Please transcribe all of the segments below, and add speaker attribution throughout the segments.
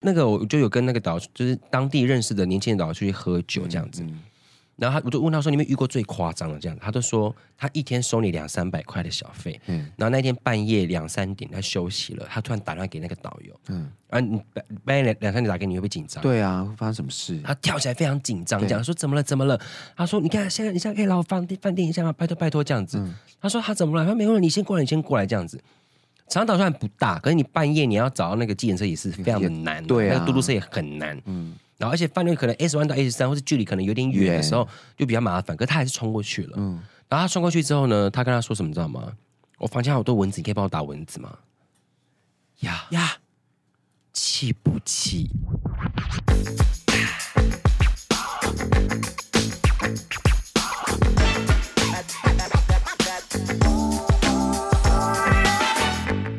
Speaker 1: 那个我就有跟那个导，就是当地认识的年轻人导游出去喝酒这样子。然后他我就问他说：“你们遇过最夸张的这样子？”他就说：“他一天收你两三百块的小费，嗯，然后那天半夜两三点他休息了，他突然打电话给那个导游，嗯，啊，你半半夜两两三点打给你会不会紧张？
Speaker 2: 对啊，会发生什么事？
Speaker 1: 他跳起来非常紧张，
Speaker 2: 对
Speaker 1: 讲说怎么了怎么了？他说你看现在你现在可以来我饭店饭店一下吗？拜托拜托这样子。他说他怎么了？他说没问题，你先过来，你先过来这样子。长岛虽然不大，可是你半夜你要找到那个计程车也是非常的难的，
Speaker 2: 对啊
Speaker 1: 那个嘟嘟车也很难。嗯，然后而且饭店可能 S 1到 S 3或是距离可能有点远的时候就比较麻烦，可是他还是冲过去了。嗯，然后他冲过去之后呢，他跟他说什么你知道吗？我房间好多蚊子，你可以帮我打蚊子吗？呀呀，气不气？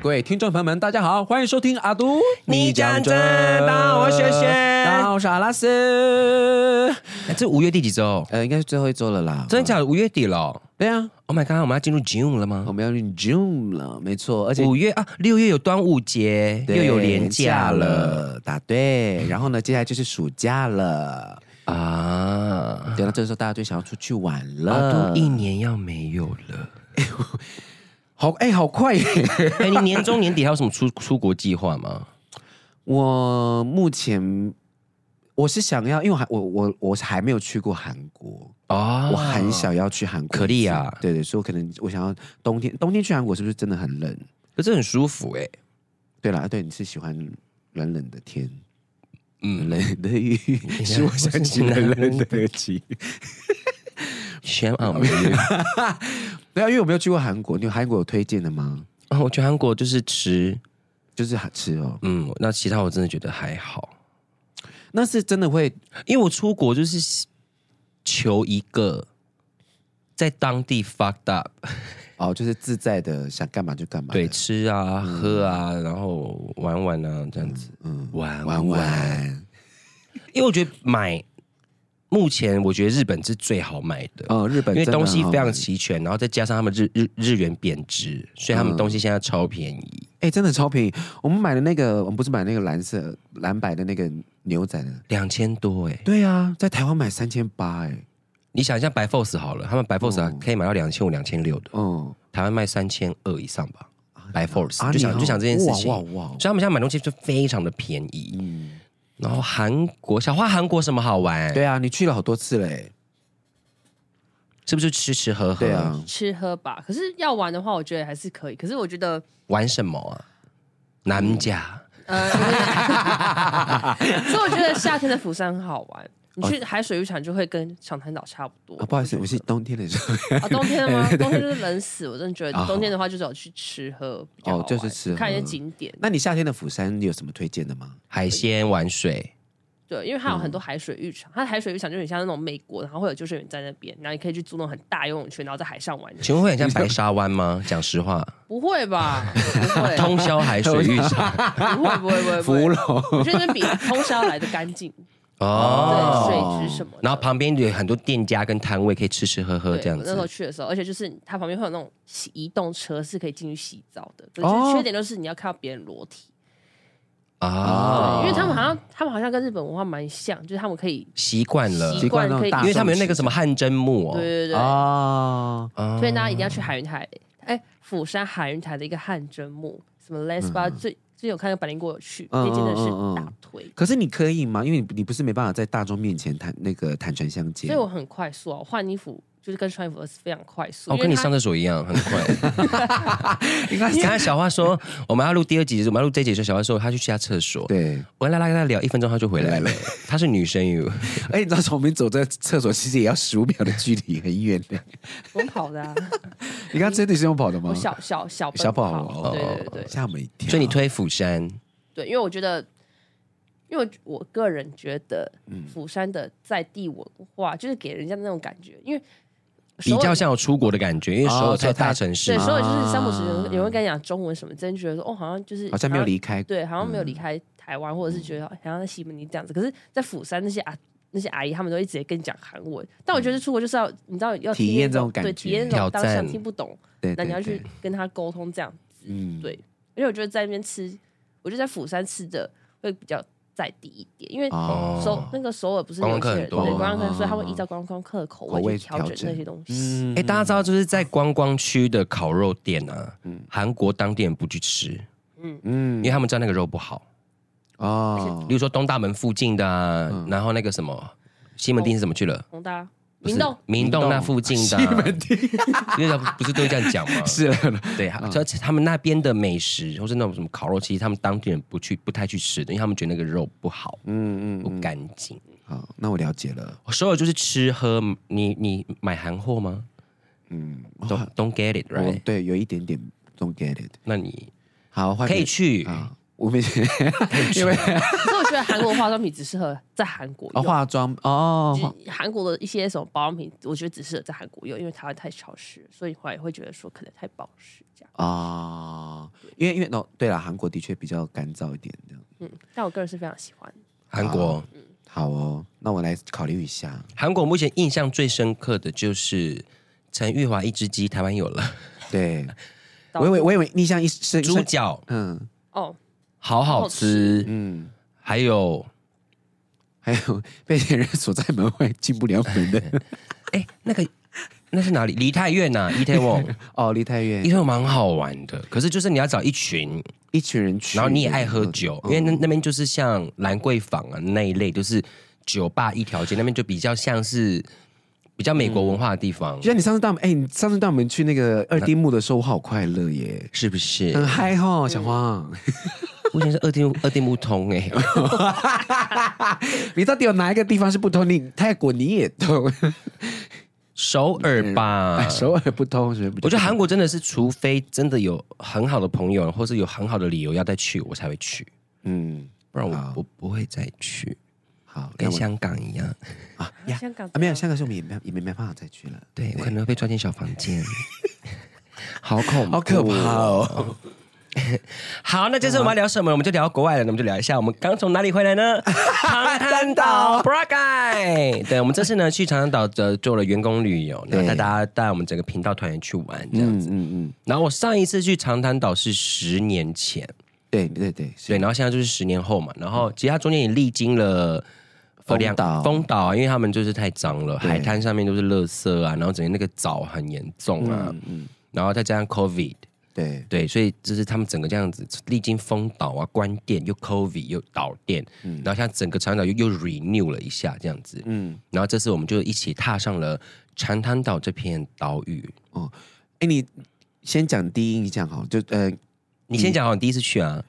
Speaker 2: 各位听众朋友们，大家好，欢迎收听阿都。
Speaker 1: 你讲真大家好我是雪雪
Speaker 2: 大家好，我是阿拉斯。
Speaker 1: 哎这五月第几周？
Speaker 2: 呃，应该是最后一周了啦。
Speaker 1: 真的假的？五月底了哦、
Speaker 2: 对啊，
Speaker 1: Oh my god！我们要进入 June 了吗
Speaker 2: 我？们要进 June 了，没错，而且
Speaker 1: 五月啊，六月有端午节，又
Speaker 2: 对
Speaker 1: 有年假了，
Speaker 2: 答对。然后呢，接下来就是暑假了。
Speaker 1: 啊！
Speaker 2: 等到这时候，大家最想要出去玩
Speaker 1: 啊，
Speaker 2: 了
Speaker 1: 都。一年要没有了。
Speaker 2: 好，哎、好快 耶！
Speaker 1: 哎、你年终年底还有什么出出国计划吗？
Speaker 2: 我目前我是想要，因为我还我我我是还没有去过韩国，
Speaker 1: 啊，
Speaker 2: 我很想要去韩国一次。
Speaker 1: 可丽亚
Speaker 2: 对对，所以啊我可能我想要冬天，冬天去韩国是不是真的很冷？
Speaker 1: 可是很舒服哎、
Speaker 2: 对啦，对，你是喜欢冷冷的天，
Speaker 1: 嗯
Speaker 2: 嗯，冷冷的 雨，使我想起冷冷的情。
Speaker 1: 选啊！
Speaker 2: 对啊，因为我没有去过韩国，你有韩国有推荐的吗？
Speaker 1: 啊我去韩国就是吃，
Speaker 2: 就是好吃哦，
Speaker 1: 嗯，那其他我真的觉得还好，
Speaker 2: 那是真的会
Speaker 1: 因为我出国就是求一个在当地 fucked up。
Speaker 2: 哦，就是自在的，想干嘛就干嘛。
Speaker 1: 对，，吃啊、喝啊，然后玩玩啊，这样子，嗯，玩
Speaker 2: 玩。玩。
Speaker 1: 因为我觉得买，目前我觉得日本是最好买的，
Speaker 2: 哦，日本
Speaker 1: 因为
Speaker 2: 真的
Speaker 1: 东西
Speaker 2: 好
Speaker 1: 非常
Speaker 2: 玩
Speaker 1: 齐全，然后再加上他们日日日元贬值，所以他们东西现在超便宜。
Speaker 2: 哎、真的超便宜。我们买的那个，我们不是买那个蓝色蓝白的那个牛仔的？
Speaker 1: 两千多哎、
Speaker 2: 对啊，在台湾买三千八，哎，
Speaker 1: 你想一下白 force 好了，他们白 force 啊可以买到两千五、两千六的，
Speaker 2: 嗯，
Speaker 1: 台湾卖三千二以上吧。白 force、
Speaker 2: 啊
Speaker 1: 就
Speaker 2: 你
Speaker 1: 想
Speaker 2: 好
Speaker 1: 就想这件事情，
Speaker 2: 哇哇嗯哇
Speaker 1: 所以他们现在买东西就非常的便宜。然后韩国小花韩国什么好玩？
Speaker 2: 对啊，你去了好多次嘞，
Speaker 1: 是不是吃吃喝喝？
Speaker 2: 对啊，
Speaker 3: 吃喝吧。可是要玩的话，我觉得还是可以。可是我觉得，
Speaker 1: 玩什么啊？南甲、
Speaker 3: 呃，
Speaker 2: 嗯啊
Speaker 3: 所以我觉得夏天的釜山很好玩。你
Speaker 2: 哦
Speaker 3: 去海水浴场就会跟长滩岛差不多。
Speaker 2: 啊，不好意思，我是冬天的时候，
Speaker 3: 啊，冬天吗？冬天就是冷死，我真的觉得
Speaker 2: 啊
Speaker 3: 冬天的话就是有去吃喝比较好玩
Speaker 2: 哦就是吃喝
Speaker 3: 看一些景点。
Speaker 2: 那你夏天的釜山你有什么推荐的吗？
Speaker 1: 海鲜、玩水，
Speaker 3: 对，因为它有很
Speaker 2: 嗯
Speaker 3: 多海水浴场，它的海水浴场就很像那种美国，然后会有救生员在那边，然后你可以去租那种很大游泳圈，然后在海上玩。
Speaker 1: 请问会很像白沙湾吗？讲实话，
Speaker 3: 不会 吧？不会，
Speaker 1: 通宵海水浴 场
Speaker 3: 不会，不会，不 会，不
Speaker 2: 芙
Speaker 3: 会。
Speaker 2: 蓉，
Speaker 3: 我觉得那比通宵来的干净，
Speaker 1: 哦。
Speaker 3: 对，水质什么的。
Speaker 1: 然后旁边有很多店家跟摊位可以吃吃喝喝
Speaker 3: 对
Speaker 1: 这样
Speaker 3: 我那时候
Speaker 1: 子。
Speaker 3: 去的时候，而且就是它旁边会有那种洗移动车是可以进去洗澡的，可
Speaker 2: 哦
Speaker 3: 是缺点就是你要看到别人裸体，
Speaker 1: 啊，
Speaker 3: 因为他们好像他们好像跟日本文化蛮像，就是他们可以
Speaker 1: 习惯了，
Speaker 3: 习惯可
Speaker 2: 习惯那种
Speaker 3: 以
Speaker 2: 大
Speaker 1: 因为他们有那个什么汗蒸木
Speaker 3: 对
Speaker 1: 哦，
Speaker 3: 对对，
Speaker 2: 啊，
Speaker 3: 所以大家一定要去海云台，哎，釜山海云台的一个汗蒸木，什么 Les
Speaker 1: 嗯
Speaker 3: Bar 最最近有看到百灵果有去，
Speaker 2: 嗯
Speaker 3: 那真的是
Speaker 2: 嗯嗯嗯
Speaker 3: 大推，
Speaker 2: 可是你可以吗？因为你你不是没办法在大众面前坦那个坦诚相见，
Speaker 3: 所 以我很快速啊，我换衣服就是跟穿衣服都是非常快速，
Speaker 1: 哦，
Speaker 3: 因
Speaker 1: 跟
Speaker 3: 为
Speaker 1: 你
Speaker 3: 它
Speaker 1: 上厕所一样，很快。 刚才小花说我们要录第二集，我们要录这一集的时候，小花说她去下厕所，
Speaker 2: 对，
Speaker 1: 我跟拉拉跟她聊一分钟，她就回来了。她是女生哟，
Speaker 2: 哎、你知道从我们走在厕所其实也要十五秒的距离， 很远的。
Speaker 3: 我们跑的啊，
Speaker 2: 你刚刚真的是用跑的吗？
Speaker 3: 我小小小奔
Speaker 2: 小跑哦
Speaker 3: 跑，
Speaker 1: 哦
Speaker 3: 对对对，
Speaker 2: 吓我们一跳。
Speaker 1: 所以你推釜山，
Speaker 3: 对，因为我觉得，因为我我个人觉得，
Speaker 2: 嗯
Speaker 3: 釜山的在地文化、就是给人家那种感觉，因为
Speaker 1: 比较像有出国的感觉，因为首尔在大城市
Speaker 3: 对，
Speaker 1: 嘛。
Speaker 3: 哦所以就是三不时
Speaker 2: 啊
Speaker 3: 有人会跟你讲中文什么，真的觉得说哦，好像就是
Speaker 2: 好像没有离嗯开，
Speaker 3: 对，好像没有离开台湾，或者是觉得好像在西门町这样子。可是，在釜山那些啊。那些阿姨他们都会直接跟你讲韩文，但我觉得出国就是要你知道要
Speaker 2: 嗯体
Speaker 3: 听
Speaker 2: 验
Speaker 3: 那
Speaker 2: 这种感
Speaker 3: 对，
Speaker 2: 觉
Speaker 3: 体验那种当下
Speaker 1: 挑战
Speaker 3: 听不懂，
Speaker 2: 对
Speaker 3: 那
Speaker 2: 对
Speaker 3: 你要去
Speaker 2: 对
Speaker 3: 跟他沟通这样子，
Speaker 2: 嗯
Speaker 3: 对。而且我觉得在那边吃，我觉得在釜山吃的会比较再低一点，因为
Speaker 2: 哦
Speaker 3: 首那个首尔不是
Speaker 1: 观
Speaker 3: 有
Speaker 1: 光客
Speaker 3: 一些
Speaker 1: 很
Speaker 3: 人对
Speaker 1: 多
Speaker 3: 观光客，
Speaker 2: 哦
Speaker 3: 所以他会依照观光客的口
Speaker 2: 口味
Speaker 3: 味去调整
Speaker 2: 调整
Speaker 3: 那些东西。
Speaker 2: 嗯
Speaker 1: 哎、大家知道，就是在观光区的烤肉店啊，韩国当地人不去吃，因
Speaker 2: 嗯
Speaker 1: 为他们知道那个肉不好。
Speaker 2: 哦
Speaker 1: 例如说东大门附近的、啊，
Speaker 2: 嗯
Speaker 1: 然后那个什么西门町是怎么去
Speaker 2: 哦
Speaker 1: 了？
Speaker 3: 宏大明洞
Speaker 1: 明洞那附近的、啊、西门町，因为不是都这样讲吗？
Speaker 2: 是啊嗯
Speaker 1: 对，而且他们那边的美食或是那种什么烤肉，其实他们当地人不去，不太去吃的，因为他们觉得那个肉不好，
Speaker 2: 嗯嗯
Speaker 1: 不干净。
Speaker 2: 好，那我了解了。
Speaker 1: 首尔就是吃喝，你你买韩货吗？嗯，Don't don't get it
Speaker 2: 我
Speaker 1: right？
Speaker 2: 哦对有一点点 don't get it。
Speaker 1: 那你
Speaker 2: 好，换
Speaker 1: 可以
Speaker 2: 别
Speaker 1: 去，
Speaker 2: 啊，我没
Speaker 1: 因为
Speaker 3: 可是我觉得韩国化妆品只适合在韩国
Speaker 2: 哦
Speaker 3: 用，
Speaker 2: 化妆哦化
Speaker 3: 只韩国的一些什么保养品，我觉得只适合在韩国用，因为台湾太潮湿，所以后来会觉得说可能太保湿这样。
Speaker 2: 哦，因为因为哦对了，韩国的确比较干燥一点这样。
Speaker 3: 嗯，但我个人是非常喜欢。
Speaker 1: 韩国，
Speaker 2: 好哦，那我来考虑一下。
Speaker 1: 韩国目前印象最深刻的就是陈玉华一只鸡，台湾有 了
Speaker 2: 对，
Speaker 3: 到
Speaker 2: 我以为我以为逆向一生
Speaker 1: 猪脚，
Speaker 2: 嗯
Speaker 3: 哦，
Speaker 1: 好好吃，
Speaker 2: 嗯，
Speaker 1: 还有
Speaker 2: 还有被别人锁在门外进不了 门的
Speaker 1: 哎那个那是哪里？梨泰院呐，梨泰院，
Speaker 2: 哦，离太远
Speaker 1: 梨，泰院蛮好玩的，可是就是你要找一群。
Speaker 2: 一群人去，
Speaker 1: 然后你也爱喝酒，因为
Speaker 2: 嗯
Speaker 1: 那那边就是像兰桂坊啊那一类，就是酒吧一条街，那边就比较像是比较美国文化的地方，
Speaker 2: 嗯就像你上次带我们，哎、你上次带我们去那个二丁目的时候，我好快乐耶，
Speaker 1: 是不是？
Speaker 2: 很嗨
Speaker 1: 嗯
Speaker 2: 哈，小黄，
Speaker 1: 呃我以前是二丁二丁目通哎、
Speaker 2: 嗯你到底有哪一个地方是不通？你泰国你也通，
Speaker 1: 首尔 吧。
Speaker 2: 嗯哎首尔不通，什么不通？
Speaker 1: 啊我觉得韩国真的是，除非真的有很好的朋友，或是有很好的理由要再去，我才会去，
Speaker 2: 嗯，
Speaker 1: 不然我
Speaker 2: 好
Speaker 1: 我不会再去，
Speaker 2: 好，
Speaker 1: 跟
Speaker 2: 那我
Speaker 1: 香港一样，
Speaker 2: 啊呀
Speaker 3: 香港
Speaker 2: 啊，没有香港是我们也没也没办法再去了，
Speaker 1: 对我可能会被抓进小房间， 好恐怖，
Speaker 2: 好可怕哦，
Speaker 1: 好，那这次我们要聊什么？我们就聊国外了，那我们就聊一下我们刚从哪里回来 呢？长滩岛 b r a g a 对，我们这次呢去长滩岛的做了员工旅游，然后带大家带我们整个频道团员去玩这样
Speaker 2: 嗯
Speaker 1: 子。
Speaker 2: 嗯嗯，
Speaker 1: 然后我上一次去长滩岛是十年前，
Speaker 2: 对对对，是嗯
Speaker 1: 对，然后现在就是十年后嘛。然后其实它中间也历经了。呃
Speaker 2: 风
Speaker 1: 两
Speaker 2: 岛
Speaker 1: 风岛啊，因为他们就是太脏了，
Speaker 2: 对
Speaker 1: 海滩上面都是垃圾啊，然后整个那个藻很严重啊，
Speaker 2: 嗯
Speaker 1: 然后再加上 COVID，
Speaker 2: 对，
Speaker 1: 对，所以就是他们整个这样子，历经封岛啊、关店，又 COVID 又倒店，
Speaker 2: 嗯
Speaker 1: 然后像整个长岛又又 renew 了一下这样子，嗯，然后这次我们就一起踏上了长滩岛这片岛屿。
Speaker 2: 哎，你先讲第一印象好，就呃，
Speaker 1: 你先讲好你第一次去啊，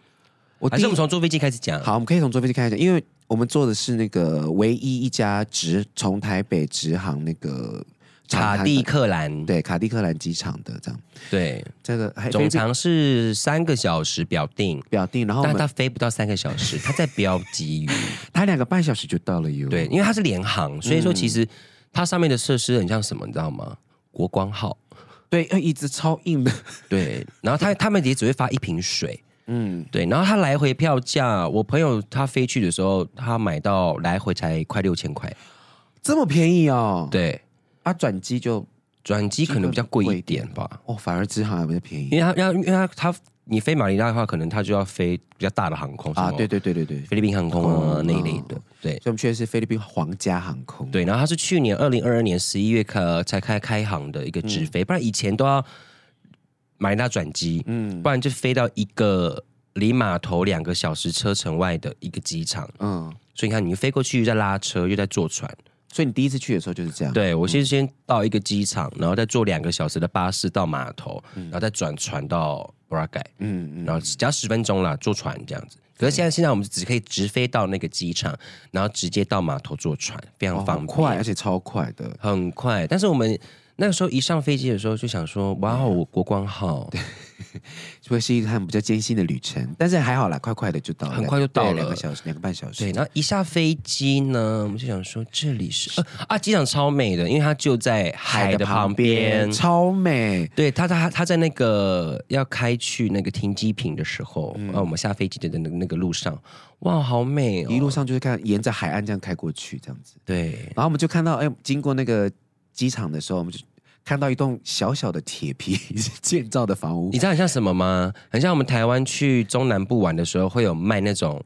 Speaker 2: 我
Speaker 1: 还是
Speaker 2: 第一
Speaker 1: 我们从坐飞机开始讲？
Speaker 2: 好，我们可以从坐飞机开始讲，因为我们坐的是那个唯一一家直从台北直航那个长
Speaker 1: 卡
Speaker 2: 滩
Speaker 1: 蒂
Speaker 2: 的
Speaker 1: 克兰，
Speaker 2: 对卡蒂克兰机场的这样，
Speaker 1: 对，
Speaker 2: 这个还
Speaker 1: 总
Speaker 2: 菲律宾
Speaker 1: 长是三个小时表定，
Speaker 2: 表定，然后我
Speaker 1: 但
Speaker 2: 们
Speaker 1: 它飞不到三个小时，它在标 记语。
Speaker 2: 他两个半小时就到了哟。
Speaker 1: 对，，因为它是联航，所以说
Speaker 2: 嗯
Speaker 1: 其实它上面的设施很像什么，你知道吗？国光号。
Speaker 2: 对，呃椅子超硬的，
Speaker 1: 对，然后 他他们也只会发一瓶水，
Speaker 2: 嗯，
Speaker 1: 对，然后他来回票价，我朋友他飞去的时候，他买到来回才快六千块，
Speaker 2: 这么便宜哦。，
Speaker 1: 对，
Speaker 2: 啊，转机就
Speaker 1: 转机可能比较贵一点吧，
Speaker 2: 哦，反而直航还比较便宜
Speaker 1: 因为他要因为他他你飞马尼拉的话，可能他就要飞比较大的航空
Speaker 2: 啊。
Speaker 1: 什么
Speaker 2: 对对对对对，所
Speaker 1: 菲律宾航空啊、
Speaker 2: 哦
Speaker 1: 那一类的，对
Speaker 2: 以我们去的是菲律宾皇家航空。，
Speaker 1: 对，然后他是去年二零二二年十一月开呃才开开航的一个直飞，不然以前都要马尼拉转机，
Speaker 2: 嗯
Speaker 1: 不然就飞到一个离码头两个小时车程外的一个机场。
Speaker 2: 嗯，
Speaker 1: 所以你看，你飞过去又在拉车，又在坐船。
Speaker 2: 所以你第一次去的时候就是这样。，
Speaker 1: 对我先先到一个机场，然后再坐两个小时的巴士到码头，然后再转船到布拉盖，
Speaker 2: 嗯嗯嗯，嗯
Speaker 1: 然后只要十分钟啦，坐船这样子。可是现在现在我们只可以直飞到那个机场，然后直接到码头坐船，非
Speaker 2: 哦
Speaker 1: 常方
Speaker 2: 很
Speaker 1: 便，
Speaker 2: 快，而且超快的。
Speaker 1: 很快。但是我们那个时候一上飞机的时候就想说，哇哦，我国光号
Speaker 2: 会是一趟比较艰辛的旅程，但是还好啦，快快的就到了，
Speaker 1: 很快就到了
Speaker 2: 对两个小时，两个半小时。
Speaker 1: 对，然后一下飞机呢，我们就想说这里是呃啊，机场超美的，因为它就在海的旁边，
Speaker 2: 超美。
Speaker 1: 对他，他他在那个要开去那个停机坪的时候，啊，我们下飞机的那个那个路上，哇，好美哦！
Speaker 2: 一路上就是看沿着海岸这样开过去，这样子。
Speaker 1: 对，
Speaker 2: 然后我们就看到，哎，经过那个机场的时候，我们就看到一栋小小的铁皮 建造的房屋
Speaker 1: 你，知道很像什么吗？很像我们台湾去中南部玩的时候，会有卖那种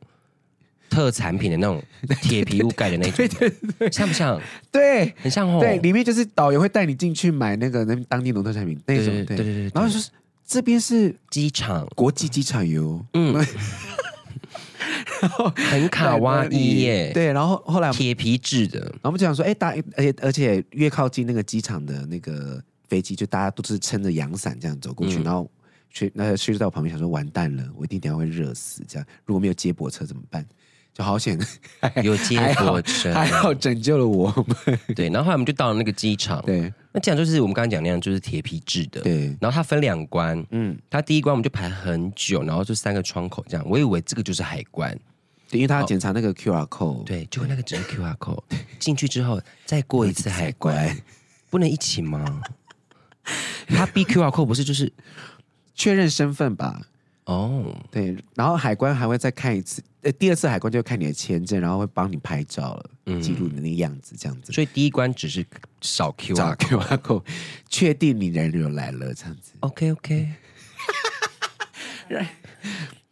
Speaker 1: 特产品的那种铁皮屋盖的那种，像不像？
Speaker 2: 对
Speaker 1: 很像哦。
Speaker 2: 对，里面就是导游会带你进去买那个那当地农特产品那种，
Speaker 1: 对对对对对
Speaker 2: 然后就是这边是
Speaker 1: 机 场
Speaker 2: 国际机场游，
Speaker 1: 很卡哇伊耶，
Speaker 2: 对，然后后来我们
Speaker 1: 铁皮制的，
Speaker 2: 然后我们就想说，哎，大家而且而且越靠近那个机场的那个飞机，就大家都是撑着阳伞这样走过去，
Speaker 1: 嗯
Speaker 2: 然后去那个去就在我旁边想说，完蛋了，我一定等一下会热死，这样如果没有接驳车怎么办？就好险，
Speaker 1: 有接
Speaker 2: 还好
Speaker 1: 驳车，
Speaker 2: 还好拯救了我们。
Speaker 1: 对。然后后来我们就到了那个机场，
Speaker 2: 对
Speaker 1: 那机场就是我们刚刚讲那样，就是铁皮制的，
Speaker 2: 对，
Speaker 1: 然后它分两关，
Speaker 2: 嗯，
Speaker 1: 它第一关我们就排很久，然后就三个窗口这样。我以为这个就是海关，
Speaker 2: 因为他要检查那个 QR code，，
Speaker 1: 对，结果那个只是 QR code。进去之后再过一次海关，不能一起 吗？它 B QR code 不是就是
Speaker 2: 确认身份吧。
Speaker 1: 哦？
Speaker 2: 对，然后海关还会再看一次，呃，第二次海关就会看你的签证，然后会帮你拍照了，
Speaker 1: 嗯
Speaker 2: 记录你的那个样子，这样子。
Speaker 1: 所以第一关只是扫
Speaker 2: 找
Speaker 1: QR。
Speaker 2: QR code，确定你人流来了，这样子。
Speaker 1: OK OK，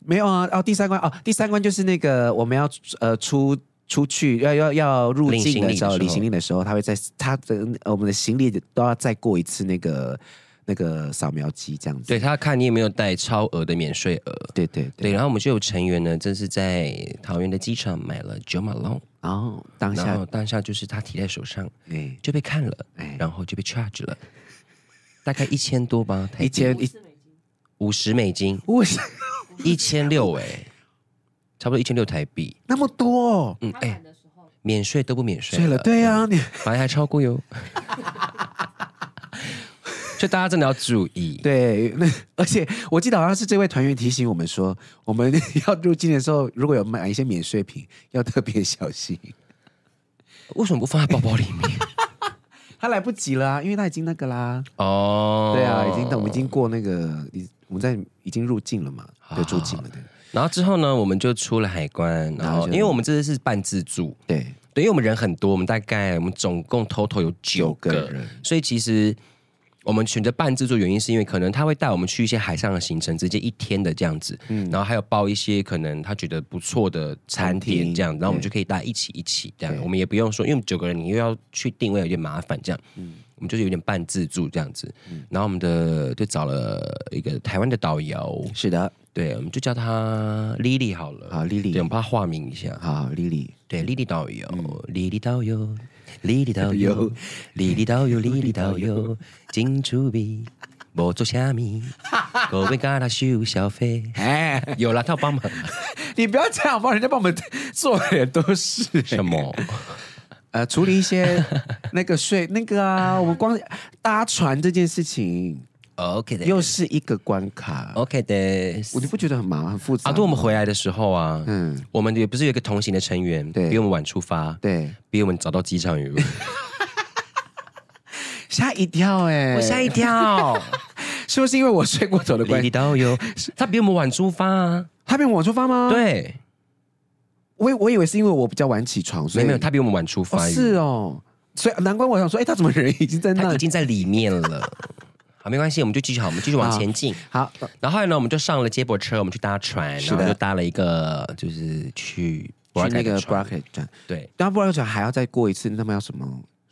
Speaker 2: 没有啊，哦，第三关哦，第三关就是那个我们要呃出出去要要要入境的时候，
Speaker 1: 领行李的时候
Speaker 2: 领行李的时候，他会在他的呃我们的行李都要再过一次那个那个扫描机这样子。
Speaker 1: 对他看你有没有带超额的免税额。
Speaker 2: 对对对，
Speaker 1: 对，然后我们就有成员呢，真是在桃园的机场买了九马龙，
Speaker 2: 然后当
Speaker 1: 然
Speaker 2: 下
Speaker 1: 后当下就是他提在手上
Speaker 2: 哎
Speaker 1: 就被看了，
Speaker 2: 哎，
Speaker 1: 然后就被 charge 了，大概一千多吧，台
Speaker 2: 一千哎一
Speaker 1: 五十美金，
Speaker 2: 我是
Speaker 1: 一千六哎，差不多一千六台币，
Speaker 2: 那么多、哦。
Speaker 1: 嗯哎，免税都不免税
Speaker 2: 对了，对呀、啊，你
Speaker 1: 反正还超过 哟，就大家真的要注意，
Speaker 2: 对，那 而且我记得好像是这位团员提醒我们说，我们 要入境的时候，如果有买一些免税品，要特别小心。
Speaker 1: 为什么不放在包包里面？
Speaker 2: 他来不及了、啊，因为他已经那个啦。
Speaker 1: 哦，
Speaker 2: 对啊，已经我们已经过那个，已我们在已经入境了嘛，对，入境了，对
Speaker 1: 然后之后呢，我们就出了海关，然
Speaker 2: 然
Speaker 1: 后
Speaker 2: 后就
Speaker 1: 因为我们这次是半自助，
Speaker 2: 对，
Speaker 1: 对，因为我们人很多，我们大概我们总共 total 有九
Speaker 2: 九
Speaker 1: 个，
Speaker 2: 个人，
Speaker 1: 所以其实我们选择半自助原因是因为可能他会带我们去一些海上的行程，直接一天的这样子，
Speaker 2: 嗯
Speaker 1: 然后还有包一些可能他觉得不错的餐
Speaker 2: 餐
Speaker 1: 点
Speaker 2: 厅
Speaker 1: 这样，然后我们
Speaker 2: 对
Speaker 1: 就可以大家一起一起这样
Speaker 2: 对，
Speaker 1: 我们也不用说，因为我们九个人你又要去定位有点麻烦这样，我们就是有点半自助这样子，
Speaker 2: 嗯
Speaker 1: 然后我们的就找了一个台湾的导游，
Speaker 2: 是的，
Speaker 1: 对，我们就叫他 Lily 好了。
Speaker 2: 好
Speaker 1: 对，我
Speaker 2: ，Lily，
Speaker 1: 们把他化名一下。
Speaker 2: 好，Lily，
Speaker 1: 对，莉莉导游，莉莉导游，莉莉导游，莉莉导游，莉莉导游，真趣味，无做虾米，各位跟他收小费。
Speaker 2: 哎，
Speaker 1: 有啦，他有帮忙
Speaker 2: 你不要这样，帮人家帮我们 做的也都是
Speaker 1: 什么？
Speaker 2: 呃，处理一些那个税那个啊，我们光搭船这件 事情
Speaker 1: OK 的
Speaker 2: 又是一个关卡，
Speaker 1: ，OK 的。
Speaker 2: 我就不觉得很麻烦、很复杂
Speaker 1: 啊，
Speaker 2: 吗。
Speaker 1: 对，我们回来的时候啊，
Speaker 2: 嗯
Speaker 1: 嗯，我们也不是有一个同行的成员，
Speaker 2: 对
Speaker 1: 比我们晚出发，
Speaker 2: 对
Speaker 1: 比我们早到机场有没有，
Speaker 2: 吓一跳哎，
Speaker 1: 我吓一跳。
Speaker 2: 是不是因为我睡过头的
Speaker 1: 莉
Speaker 2: 关
Speaker 1: 莉
Speaker 2: 系？
Speaker 1: 导游，他比我们晚出发啊，
Speaker 2: 他被我出发吗？，
Speaker 1: 对，
Speaker 2: 我以我以为是因为我比较晚起床，所
Speaker 1: 没
Speaker 2: 以
Speaker 1: 有没有，他比我们晚出
Speaker 2: 哦
Speaker 1: 发，
Speaker 2: 是哦，所以难怪我想说，哎、他怎么人已经在那
Speaker 1: 他
Speaker 2: 里
Speaker 1: 已？经在里面了。 好，没关系，我们就继续好，我们继续往前进。
Speaker 2: 好，
Speaker 1: 然后后来呢，我们就上了接驳车，我们去搭船，
Speaker 2: 是
Speaker 1: 然
Speaker 2: 的
Speaker 1: 后就搭了一个就是去博
Speaker 2: 去
Speaker 1: 尔
Speaker 2: 那
Speaker 1: 盖的
Speaker 2: 个 b r
Speaker 1: 船
Speaker 2: a c k e t 站，
Speaker 1: 对。
Speaker 2: 然后 b r a c k e t 站还要再过一次，那么要什么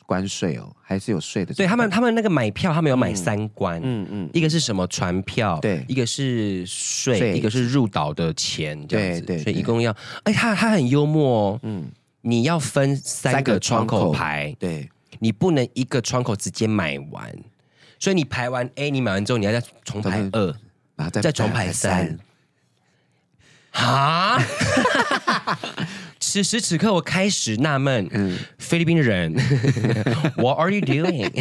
Speaker 2: 关税哦？还是有税的？
Speaker 1: 对他们，，他们那个买票，他们有买三关，
Speaker 2: 嗯嗯，
Speaker 1: 一个是什么船票，
Speaker 2: 对
Speaker 1: 一个是税，
Speaker 2: 税
Speaker 1: 一个是入岛的钱，这样子，
Speaker 2: 对对
Speaker 1: 所以
Speaker 2: 对
Speaker 1: 一共要，哎，他他很幽默哦，嗯，你要分三
Speaker 2: 三
Speaker 1: 个
Speaker 2: 个
Speaker 1: 窗
Speaker 2: 窗口
Speaker 1: 口排，
Speaker 2: 对
Speaker 1: 你不能一个窗口直接买完，所以你排完 A，你买完之后你要再重排
Speaker 2: 重排
Speaker 1: 二，
Speaker 2: 然后再
Speaker 1: 再重排三，啊！ 此时此刻，我开始纳闷，
Speaker 2: 嗯
Speaker 1: 菲律宾 人，What are you doing？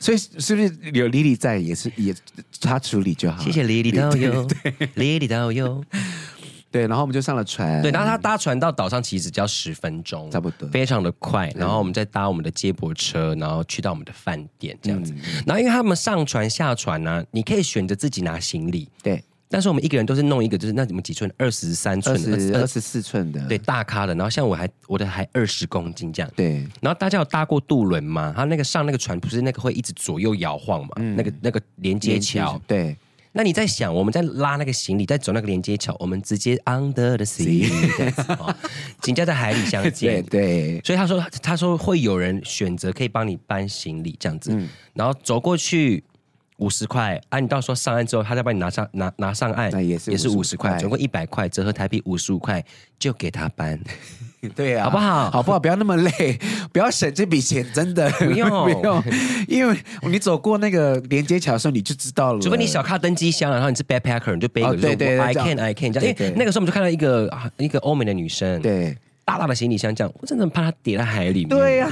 Speaker 2: 所以是不是有 Lily 在也是也他处理就好了？
Speaker 1: 谢谢 Lily 导 游，Lily 导游。
Speaker 2: 对，然后我们就上了船，
Speaker 1: 对，然后他搭船到岛上其实只要十分钟，
Speaker 2: 嗯差不多嗯
Speaker 1: 非常的快。然后我们再搭我们的接驳车，然后去到我们的饭店这样子。
Speaker 2: 嗯
Speaker 1: 然后因为他们上船下船呢、你可以选择自己拿行李，
Speaker 2: 对，
Speaker 1: 但是我们一个人都是弄一个，就是那怎么几寸，二十三寸
Speaker 2: 二
Speaker 1: 的，
Speaker 2: 十
Speaker 1: 20
Speaker 2: 二十四寸的，
Speaker 1: 对大咖的。然后像我还我的还二十公斤这样。
Speaker 2: 对
Speaker 1: 然后大家有搭过渡轮吗？他那个上那个船不是那个会一直左右摇晃嘛？那个那个连接
Speaker 2: 嗯连
Speaker 1: 桥，
Speaker 2: 对
Speaker 1: 那你在想，我们在拉那个行李，在走那个连接桥，我们直接 under the sea，这样子哦紧接在海里相
Speaker 2: 对
Speaker 1: 见。
Speaker 2: 对，
Speaker 1: 所以他说，他说会有人选择可以帮你搬行李这样子，
Speaker 2: 嗯
Speaker 1: 然后走过去五十块啊，你到时候上岸之后，他再帮你拿上拿拿上岸，
Speaker 2: 那也是
Speaker 1: 也是五十
Speaker 2: 50
Speaker 1: 块，
Speaker 2: 块
Speaker 1: 总共一百块，折合台币五十五块，就给他搬，
Speaker 2: 对啊，
Speaker 1: 好不好
Speaker 2: 好不好？不要那么 累，不要省这笔钱，真的不
Speaker 1: 用
Speaker 2: 不用，因为你走过那个连接桥的时候，你就知道了。
Speaker 1: 除非你小，咖登机箱，啊然后你是 backpacker，你就背一
Speaker 2: 哦
Speaker 1: 个就是
Speaker 2: 对对对
Speaker 1: 我 I
Speaker 2: 这样
Speaker 1: can I can 这样，
Speaker 2: 对
Speaker 1: 因为
Speaker 2: 对
Speaker 1: 那个时候我们就看到一个啊一个欧美的女生，
Speaker 2: 对
Speaker 1: 大大的行李箱这样，我真的很怕它跌在海里面。
Speaker 2: 对呀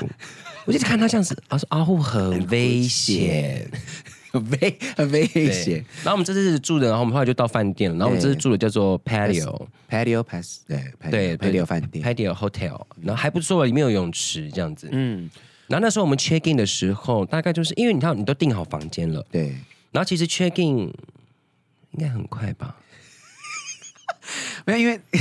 Speaker 1: 我就看它这样子，啊说阿护很危险，
Speaker 2: 很危很危
Speaker 1: 对
Speaker 2: 险。。
Speaker 1: 然后我们这次住的，然后我们后来就到饭店了，然后我们这次住的叫做 patio。
Speaker 2: Patio Pass，对
Speaker 1: 对
Speaker 2: patio- Patio 饭店，
Speaker 1: Patio Hotel，然后还不错，里面有泳池这样子。
Speaker 2: 嗯，
Speaker 1: 然后那时候我们 check in 的时候，大概就是因为你看你都订好房间了，
Speaker 2: 对。
Speaker 1: 然后其实 check in 应该很快吧？
Speaker 2: 没有，因为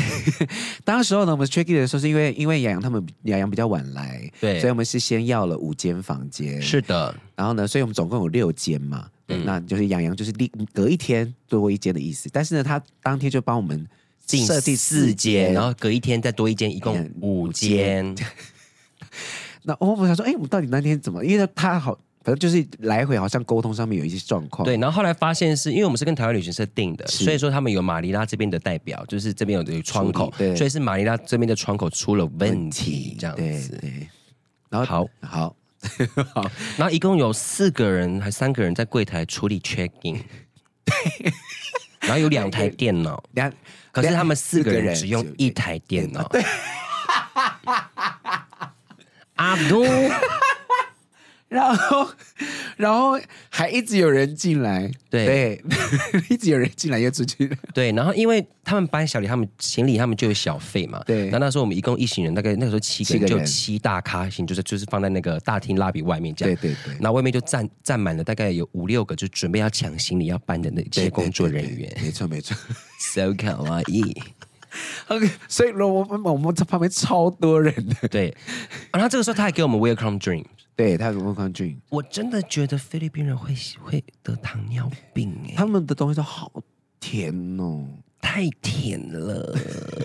Speaker 2: 当时候呢，我们 check in 的时候，是因为因为雅阳他们雅阳比较晚来，
Speaker 1: 对
Speaker 2: 所以我们是先要了五间房间，
Speaker 1: 是的，
Speaker 2: 然后呢，所以我们总共有六间嘛，对
Speaker 1: 嗯
Speaker 2: 那就是杨洋就是另隔一天多一间的意思。但是呢，他当天就帮我们
Speaker 1: 进
Speaker 2: 设计
Speaker 1: 四间，哦
Speaker 2: 间，
Speaker 1: 然后隔一天再多一间，一共
Speaker 2: 嗯
Speaker 1: 五
Speaker 2: 五
Speaker 1: 间
Speaker 2: 间。那我们想说，哎，我们到底那天怎么？因为他好，反正就是来回好像沟通上面有一些状 况。
Speaker 1: 对，然后后来发现是因为我们是跟台湾旅行社订的，所以说他们有马尼拉这边的代表，就是这边有有窗口，
Speaker 2: 对
Speaker 1: 所以是马尼拉这边的窗口出了问
Speaker 2: 问
Speaker 1: 题
Speaker 2: 题，
Speaker 1: 这样
Speaker 2: 对
Speaker 1: 子。
Speaker 2: 对。然后
Speaker 1: 好，
Speaker 2: 好，
Speaker 1: 然后一共有四个人还三个人在柜台处理 check in，然后有两台电脑，
Speaker 2: 两
Speaker 1: 可是
Speaker 2: 两
Speaker 1: 他们四个
Speaker 2: 四个
Speaker 1: 人
Speaker 2: 人
Speaker 1: 只用
Speaker 2: 只有
Speaker 1: 一台电脑。阿都，
Speaker 2: 然后 然后还一直有人进来，
Speaker 1: 对
Speaker 2: 对 一直有人进来又出去，
Speaker 1: 对，然后因为他们搬小李，他们行李，他们就有小费嘛。
Speaker 2: 对
Speaker 1: 然后那时候我们一共一行人，大概那个时候七个人，
Speaker 2: 七个
Speaker 1: 就
Speaker 2: 人
Speaker 1: 有七大咖行，就是就是放在那个大厅蜡笔外面这
Speaker 2: 对
Speaker 1: 样。
Speaker 2: 对对。
Speaker 1: 那外面就站站满了大概有五六个，就准备要抢行李要搬的那
Speaker 2: 对
Speaker 1: 些
Speaker 2: 对
Speaker 1: 工作
Speaker 2: 对
Speaker 1: 人
Speaker 2: 对
Speaker 1: 员
Speaker 2: 没错没错。
Speaker 1: ，so 可爱。
Speaker 2: OK，所以我们我们这旁边超多人的，
Speaker 1: 对，然后这个时候他还给我们 welcome drink，
Speaker 2: 对他有问康俊，
Speaker 1: 我真的觉得菲律宾人会会得糖尿病哎、
Speaker 2: 他们的东西都好甜哦。
Speaker 1: 太甜了，